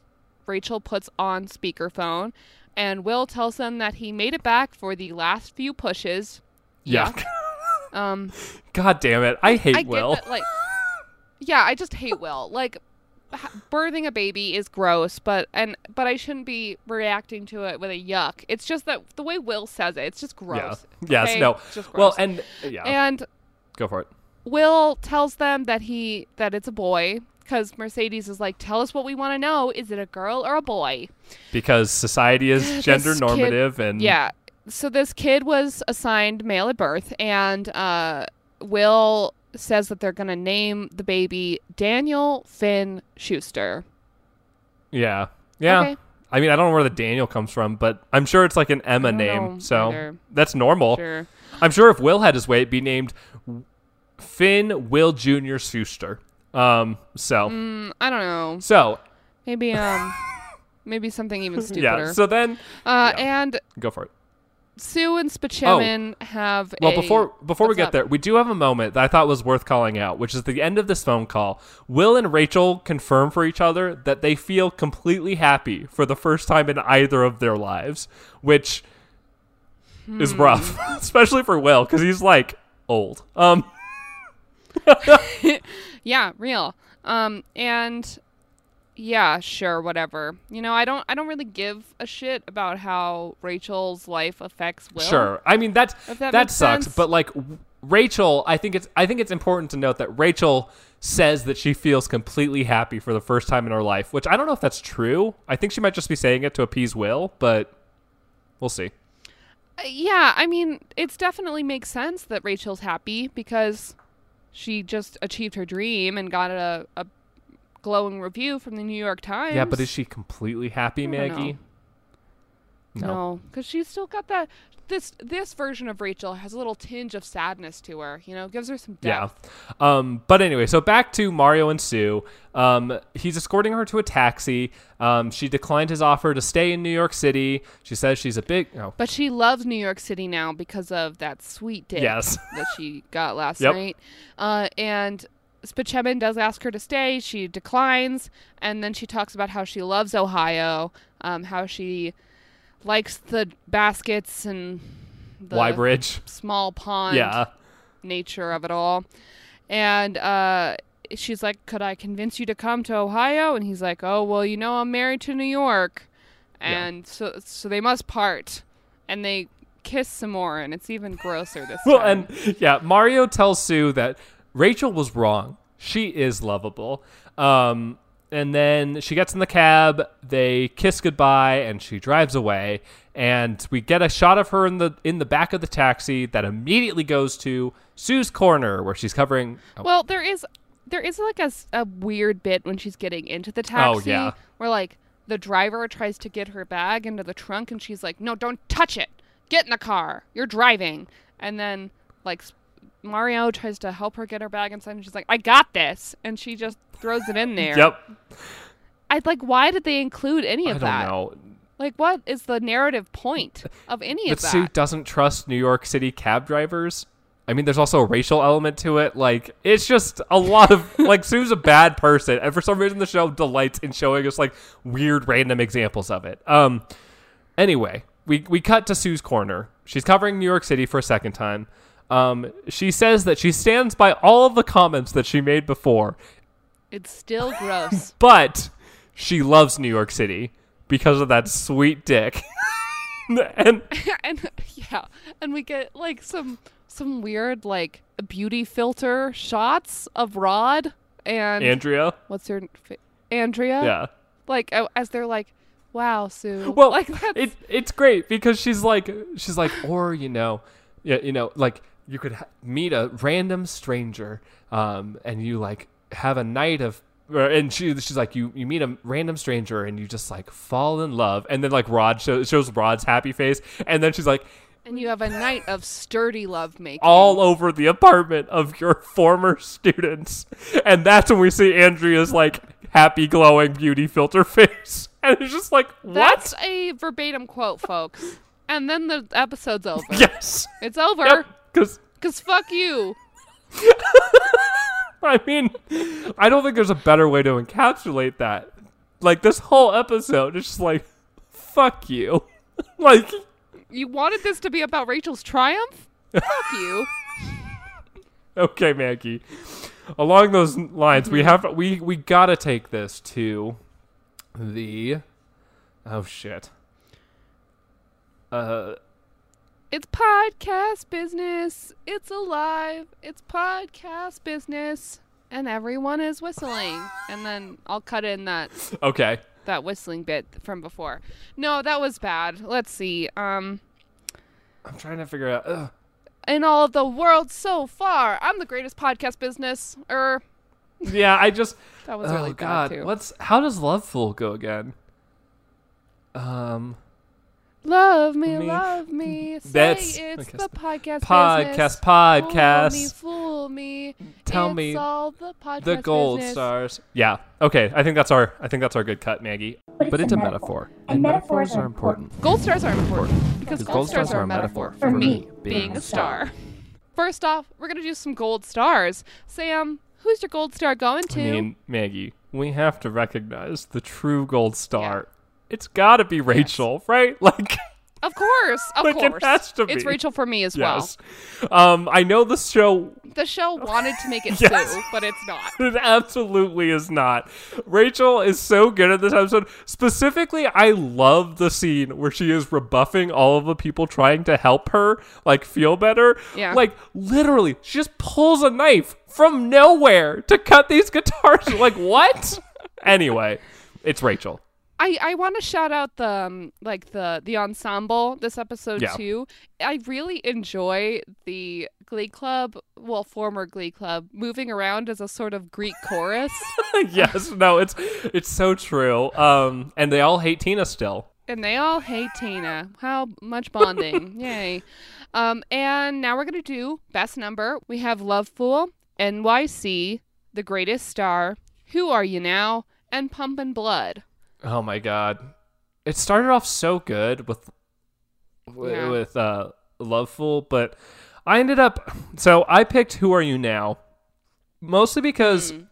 B: Rachel puts on speakerphone. And Will tells them that he made it back for the last few pushes.
A: Yeah.
B: Um,
A: God damn it. I hate
B: I get
A: Will.
B: that, like, yeah, I just hate Will. Like, h- birthing a baby is gross, but and but I shouldn't be reacting to it with a yuck. It's just that the way Will says it, it's just
A: Yeah.
B: gross.
A: Yes,
B: okay?
A: no.
B: It's just
A: Well,
B: gross.
A: and yeah,
B: and
A: go for it.
B: Will tells them that he that it's a boy because Mercedes is like, tell us what we want to know. Is it a girl or a boy?
A: Because society is gender
B: kid-
A: normative and
B: Yeah. So this kid was assigned male at birth, and uh, Will says that they're going to name the baby Daniel Finn Schuster.
A: yeah. Yeah.
B: Okay.
A: I mean, I don't know where the Daniel comes from, but I'm sure it's like an Emma
B: don't
A: name.
B: know
A: So
B: either.
A: that's normal.
B: Sure.
A: I'm sure if Will had his way, it'd be named Finn Will Jr. Schuster. Um, so,
B: Mm, I don't know.
A: so
B: Maybe um, maybe something even stupider.
A: yeah. So then,
B: uh,
A: yeah.
B: and
A: go for it.
B: Sue and Spachemin have
A: Well,
B: a-
A: before before we
B: what's
A: get
B: up?
A: there, we do have a moment that I thought was worth calling out, which is the end of this phone call. Will and Rachel confirm for each other that they feel completely happy for the first time in either of their lives, which is
B: Hmm.
A: rough, especially for Will because he's like old. Um,
B: Yeah, real. Um and yeah, sure, whatever. You know, I don't I don't really give a shit about how Rachel's life affects Will.
A: sure. I mean that's
B: If
A: that,
B: that makes
A: sucks,
B: sense.
A: but like w- Rachel, I think it's I think it's important to note that Rachel says that she feels completely happy for the first time in her life, which I don't know if that's true. I think she might just be saying it to appease Will, but we'll see.
B: Uh, Yeah, I mean, it's definitely makes sense that Rachel's happy because she just achieved her dream and got a, a glowing review from the New York Times.
A: Yeah, but is she completely happy,
B: I don't
A: Maggie?
B: No, because she's still got that. This this version of Rachel has a little tinge of sadness to her. You know, gives her some
A: Yeah.
B: depth.
A: Um, but anyway, so back to Mario and Sue. Um, he's escorting her to a taxi. Um, she declined his offer to stay in New York City. She says she's a big. Oh,
B: But she loves New York City now because of that sweet dick
A: Yes.
B: that she got last
A: Yep.
B: night. Uh, and Spachemin does ask her to stay. She declines, and then she talks about how she loves Ohio, um, how she likes the baskets and the
A: Wybridge. bridge?
B: small pond
A: Yeah.
B: nature of it all. And uh, she's like, Could I convince you to come to Ohio? And he's like, Oh, well, you know, I'm married to New York. And so, so they must part. And they kiss some more, and it's even grosser this
A: Well,
B: time.
A: and yeah, Mario tells Sue that Rachel was wrong. She is lovable. Um, and then she gets in the cab. They kiss goodbye, and she drives away. And we get a shot of her in the in the back of the taxi that immediately goes to Sue's corner, where she's covering. oh,
B: well, there is there is like a, s- a weird bit when she's getting into the taxi
A: Oh, yeah.
B: where like the driver tries to get her bag into the trunk, and she's like, No, don't touch it. Get in the car. You're driving. And then like s- Mario tries to help her get her bag inside, and she's like, I got this. And she just throws it in there.
A: yep.
B: I'd like, why did they include any
A: I
B: of
A: don't
B: that?
A: know.
B: Like, what is the narrative point of any
A: But
B: of that?
A: Sue doesn't trust New York City cab drivers. I mean, there's also a racial element to it. Like, it's just a lot of like Sue's a bad person, and for some reason, the show delights in showing us like weird, random examples of it. Um. Anyway, we we cut to Sue's corner. She's covering New York City for a second time. Um, she says that she stands by all of the comments that she made before,
B: It's still gross.
A: but she loves New York City because of that sweet dick. and
B: and yeah, and we get like some some weird like beauty filter shots of Rod and
A: Andrea,
B: what's her fa- Andrea.
A: yeah.
B: Like oh, as they're like, wow, Sue.
A: Well,
B: like that's
A: it, it's great because she's like she's like or you know, yeah, you know, like you could ha- meet a random stranger, um, and you like have a night of. or- And she, she's like, you, you meet a random stranger and you just like fall in love. And then like Rod shows, shows Rod's happy face. And then she's like
B: and you have a night of sturdy lovemaking.
A: all over the apartment of your former students. And that's when we see Andrea's like happy glowing beauty filter face. And it's just like, what?
B: that's a verbatim quote, folks. And then the episode's over.
A: yes.
B: It's over.
A: Because
B: Cause fuck you.
A: I mean, I don't think there's a better way to encapsulate that. Like this whole episode is just like, fuck you. like,
B: You wanted this to be about Rachel's triumph. fuck you.
A: okay, Maggie. Along those lines, we have we we gotta take this to the oh shit. Uh,
B: It's podcast business. It's alive. It's podcast business. And everyone is whistling. And then I'll cut in that
A: okay.
B: that whistling bit from before. No, that was bad. Let's see. Um
A: I'm trying to figure out. Ugh.
B: in all of the world so far, I'm the greatest podcast business. Er
A: Yeah, I just.
B: that was
A: oh
B: really
A: god,
B: bad too.
A: what's how does Love Fool go again? Um.
B: Love me,
A: Me.
B: love me. Say
A: That's-
B: it's
A: podcast
B: the podcast
A: podcast
B: business. Call me
A: podcast
B: fool. tell me.
A: Tell
B: it's
A: me
B: all the podcast
A: the gold
B: business.
A: stars. Yeah. Okay. I think that's our. I think that's our good cut, Maggie. But, it's a metaphor,
C: and metaphors are important.
B: Gold stars are important because gold, stars, are a metaphor, for me being a star. First off, we're gonna do some gold stars. Sam, who's your gold star going to?
A: I mean, Maggie, we have to recognize the true gold star. It's got to be Rachel, right? Like.
B: of course, of
A: Like, it
B: course,
A: has to
B: it's
A: be.
B: Rachel for me as
A: Yes. Um, I know the show
B: well. The show wanted to make it
A: Yes.
B: so, but it's not.
A: It absolutely is not. Rachel is so good at this episode. Specifically, I love the scene where she is rebuffing all of the people trying to help her, like, feel better.
B: Yeah.
A: Like, literally, she just pulls a knife from nowhere to cut these guitars. like, what? anyway, it's Rachel.
B: I, I want to shout out the um, like the the ensemble this episode
A: Yeah.
B: too. I really enjoy the Glee Club, well former Glee Club, moving around as a sort of Greek chorus,
A: yes, no, it's it's so true. Um, and they all hate Tina still.
B: and they all hate Tina. How much bonding! Yay! Um, and now we're gonna do best number. We have Love Fool, NYC, The Greatest Star, Who Are You Now, and Pumpin' Blood.
A: Oh my god. It started off so good with w-
B: Yeah.
A: with uh Loveful, but I ended up so I picked Who Are You Now mostly because
B: Mm.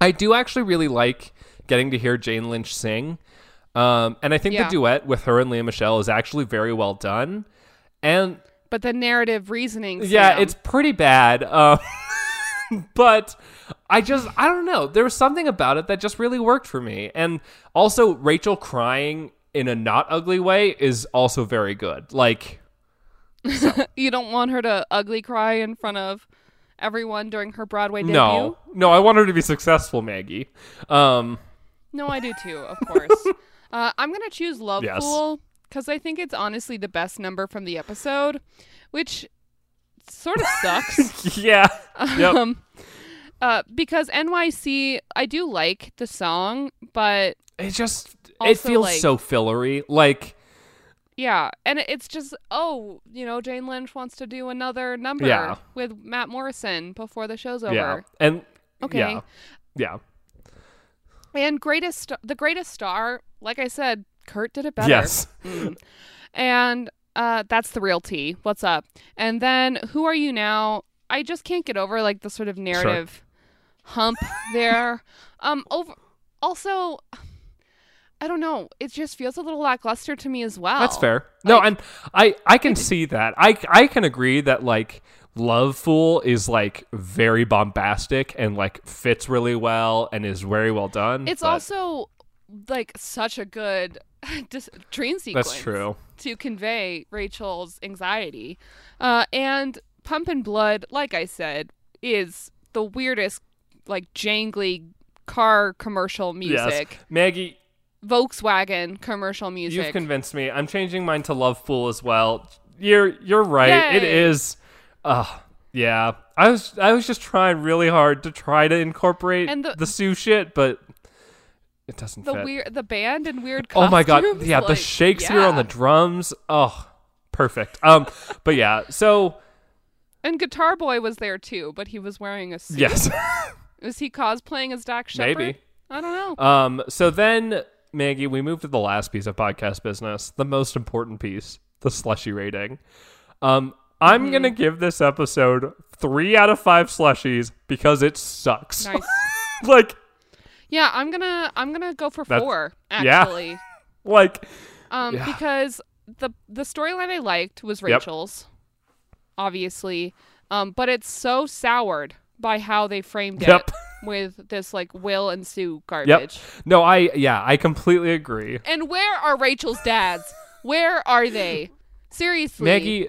A: I do actually really like getting to hear Jane Lynch sing. Um, and I think
B: Yeah.
A: the duet with her and Leah Michelle is actually very well done. And
B: But the narrative reasoning.
A: yeah,
B: Sam,
A: it's pretty bad. Uh, but I just, I don't know. There was something about it that just really worked for me. And also, Rachel crying in a not ugly way is also very good. Like,
B: You don't want her to ugly cry in front of everyone during her Broadway debut?
A: no, no, I want her to be successful, Maggie. Um,
B: No, I do too, of course. uh, I'm going to choose Love
A: Yes.
B: Fool because I think it's honestly the best number from the episode, which sort of sucks.
A: yeah. Yep.
B: um, uh, because NYC, I do like the song, but
A: it just, it
B: also,
A: feels
B: like-
A: so fillery. Like,
B: yeah. And it- it's just, oh, you know, Jane Lynch wants to do another number
A: Yeah.
B: with Matt Morrison before the show's over.
A: yeah. And,
B: Okay.
A: yeah. Yeah.
B: And greatest, the greatest star, like I said, Kurt did it better.
A: Yes.
B: Mm. And uh, that's the real T. What's up? And then who are you now? I just can't get over like the sort of narrative hump there. Um, over. Also, I don't know. It just feels a little lackluster to me as well.
A: That's fair. No, and I I can see that. I I can agree that like Love Fool is like very bombastic and like fits really well and is very well done.
B: It's
A: but
B: also like such a good dis- dream sequence.
A: that's true.
B: to convey Rachel's anxiety. Uh, and Pump and Blood, like I said, is the weirdest, like jangly car commercial music,
A: Yes, Maggie,
B: Volkswagen commercial music.
A: you've convinced me. I'm changing mine to Love Fool as well. You're you're right. It
B: Yay.
A: is. Uh, yeah. I was I was just trying really hard to try to incorporate
B: And the-
A: the, Sue shit, but it doesn't
B: the
A: fit.
B: weird, the band and weird.
A: Oh my god.
B: costumes,
A: Yeah, the
B: like,
A: Shakespeare on the
B: yeah.
A: drums. Oh, perfect. Um but yeah, so
B: and Guitar Boy was there too, but he was wearing a suit.
A: yes.
B: Is he cosplaying as Doc Shepard?
A: Maybe.
B: I don't know.
A: Um so then Maggie, we move to the last piece of podcast business, the most important piece, the slushy rating. Um I'm
B: Mm-hmm.
A: going to give this episode 3 out of 5 slushies because it sucks.
B: nice.
A: like
B: Yeah, I'm gonna I'm gonna go for
A: That's-
B: four
A: yeah.
B: actually.
A: like
B: Um,
A: Yeah.
B: because the the storyline I liked was
A: Yep.
B: Rachel's, obviously, um, but it's so soured by how they framed
A: Yep.
B: it with this like Will and Sue garbage.
A: no, I yeah, I completely agree.
B: And where are Rachel's dads? Where are they? Seriously,
A: Maggie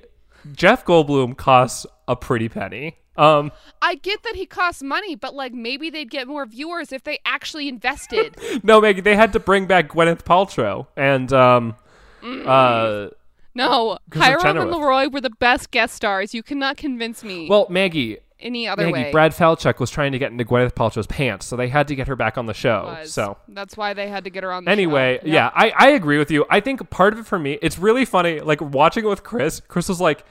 A: Jeff Goldblum costs a pretty penny. Um
B: I get that he costs money, but like maybe they'd get more viewers if they actually invested.
A: No, Maggie, they had to bring back Gwyneth Paltrow and um
B: Mm.
A: uh
B: No,
A: of
B: Hiram and
A: Chenoweth.
B: Leroy were the best guest stars. You cannot convince me
A: well, Maggie,
B: any other
A: Maggie,
B: way.
A: Brad Falchuk was trying to get into Gwyneth Paltrow's pants, so they had to get her back on the show.
B: was.
A: So
B: that's why they had to get her on. The show.
A: Anyway,
B: Yep.
A: yeah, I, I agree with you. I think part of it for me, it's really funny. Like watching it with Chris, Chris was like,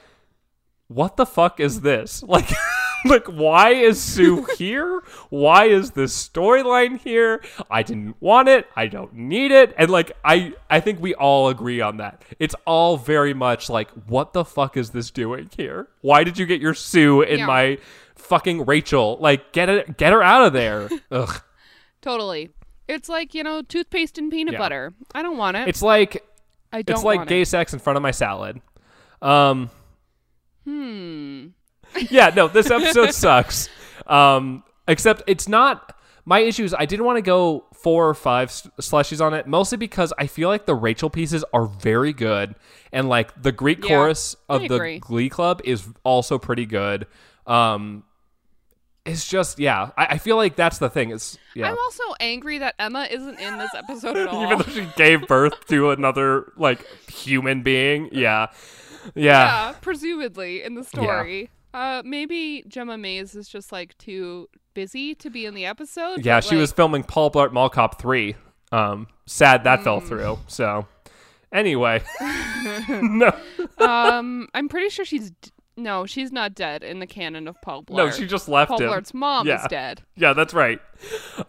A: What the fuck is this? Like like, why is Sue here? Why is this storyline here? I didn't want it. I don't need it. And like, I I think we all agree on that. It's all very much like, what the fuck is this doing here? Why did you get your Sue in
B: Yeah.
A: my fucking Rachel? Like, get it, get her out of there. Ugh.
B: Totally. It's like, you know, toothpaste and peanut
A: Yeah.
B: butter. I don't want it.
A: It's like
B: I don't
A: it's like
B: want
A: gay
B: it.
A: sex in front of my salad. Um,
B: Hmm.
A: yeah, no, this episode sucks. Um, except it's not my issue is I didn't want to go four or five s- slushies on it, mostly because I feel like the Rachel pieces are very good, and like the Greek
B: Yeah,
A: chorus of
B: I
A: the
B: agree.
A: Glee Club is also pretty good. Um, it's just yeah, I, I feel like that's the thing. It's yeah.
B: I'm also angry that Emma isn't in this episode at all.
A: Even though she gave birth to another like human being, yeah, yeah,
B: yeah, presumably in the story. Uh, maybe Gemma Mays is just like too busy to be in the episode.
A: yeah.
B: but,
A: she was
B: like,
A: filming Paul Blart Mall Cop three. Um, sad that
B: Mm.
A: fell through. So, anyway, no,
B: um, I'm pretty sure she's d- no, she's not dead in the canon of Paul Blart.
A: no, she just left
B: Paul
A: him.
B: Blart's mom
A: Yeah.
B: is dead.
A: Yeah, that's right.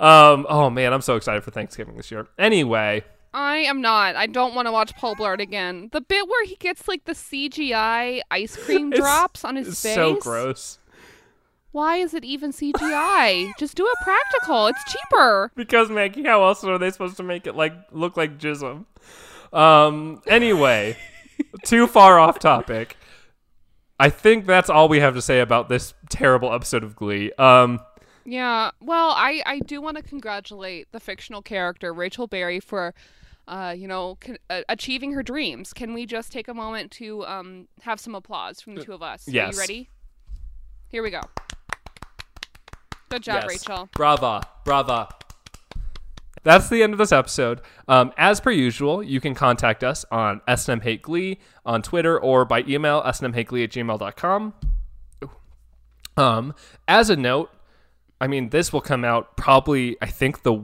A: Um, oh man, I'm so excited for Thanksgiving this year. Anyway,
B: I am not. I don't want to watch Paul Blart again. The bit where he gets like the CGI ice cream
A: It's-
B: drops on his
A: it's
B: face.
A: so gross
B: Why is it even CGI? Just do it practical. It's cheaper.
A: because Maggie, how else are they supposed to make it like look like jism? Um, anyway, too far off topic. I think that's all we have to say about this terrible episode of Glee. Um.
B: Yeah. Well, I I do want to congratulate the fictional character Rachel Berry for uh, you know, con- uh, achieving her dreams. Can we just take a moment to um have some applause from the two of us? Are
A: Uh, yes.
B: you ready? Here we go. Good job,
A: Yes.
B: Rachel.
A: Brava, brava. That's the end of this episode. Um, as per usual, you can contact us on SNM Hate Glee on Twitter or by email, snmhateglee at gmail.com. Um, as a note, I mean, this will come out probably, I think the.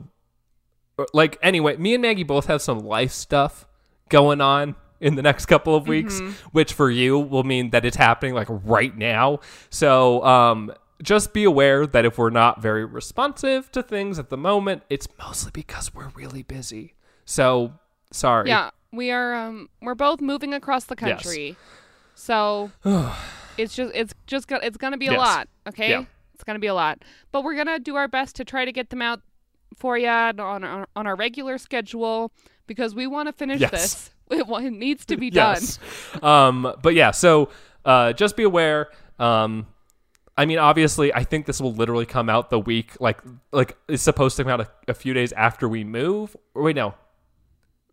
A: uh, Like, anyway, me and Maggie both have some life stuff going on in the next couple of weeks, which for you will mean that it's happening like right now. So, um, just be aware that if we're not very responsive to things at the moment, it's mostly because we're really busy. So, sorry.
B: Yeah, we are um we're both moving across the country. So it's just it's just gonna it's gonna be a
A: Yes.
B: lot, okay?
A: Yeah.
B: It's gonna be a lot. But we're gonna do our best to try to get them out for you on our, on our regular schedule because we want to finish
A: Yes.
B: this. It, wa- it needs to be done.
A: yes. um, but yeah, so uh, just be aware. Um, I mean, obviously, I think this will literally come out the week like like it's supposed to come out a, a few days after we move. Or wait, no,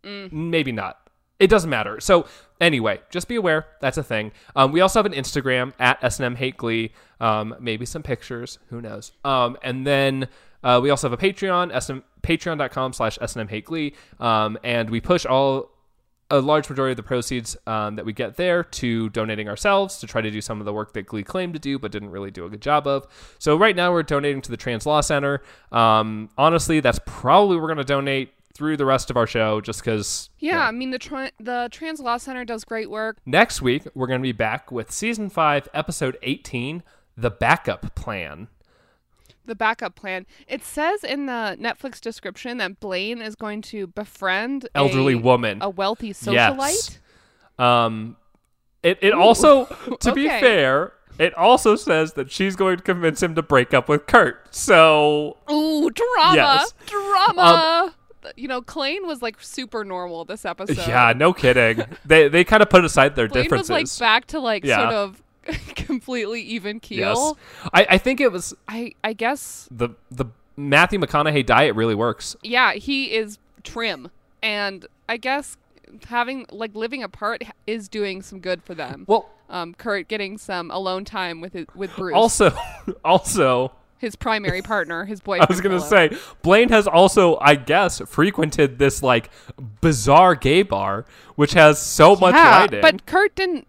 B: Mm.
A: maybe not. It doesn't matter. So anyway, just be aware that's a thing. Um, we also have an Instagram at snm hate glee. Um, maybe some pictures. Who knows? Um, and then uh, we also have a Patreon sm patreon.com slash snm hate glee. Um, and we push all a large majority of the proceeds um, that we get there to donating ourselves to try to do some of the work that Glee claimed to do but didn't really do a good job of. So right now we're donating to the Trans Law Center. Um, honestly, that's probably we're going to donate through the rest of our show just because
B: Yeah, I mean the tra- the Trans Law Center does great work.
A: Next week, we're going to be back with season five, episode 18, The Backup Plan.
B: The backup plan. It says in the Netflix description that Blaine is going to befriend a-
A: Elderly woman.
B: a wealthy
A: Yes.
B: socialite.
A: Um, it, it also, to be
B: Okay.
A: fair, it also says that she's going to convince him to break up with Kurt. So,
B: Ooh, drama,
A: Yes. Um,
B: drama. you know, Klain was like super normal this episode.
A: yeah, no kidding. they they kind of put aside their
B: Klain was
A: differences.
B: like back to like
A: Yeah.
B: sort of completely even
A: yes.
B: keel.
A: I, I think it was
B: I I guess
A: the, the Matthew McConaughey diet really works.
B: yeah, he is trim, and I guess having like living apart h- is doing some good for them.
A: Well,
B: um, Kurt getting some alone time with his, with Bruce,
A: also, also,
B: his primary partner, his
A: I
B: boyfriend.
A: was gonna
B: Philip.
A: say Blaine has also, I guess, frequented this like bizarre gay bar, which has so much
B: yeah,
A: lighting.
B: but Kurt didn't.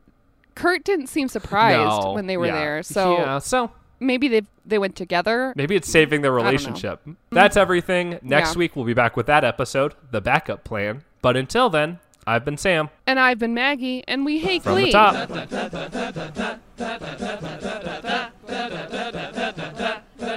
B: Kurt didn't seem surprised
A: No,
B: when they were
A: yeah,
B: there, so
A: yeah, so
B: maybe they they went together.
A: maybe it's saving their
B: know. Mm.
A: relationship. That's everything. Next
B: Yeah.
A: week we'll be back with that episode, the backup plan. But until then, I've been Sam
B: And I've been Maggie, and we hate
A: from
B: Glee.
A: the top.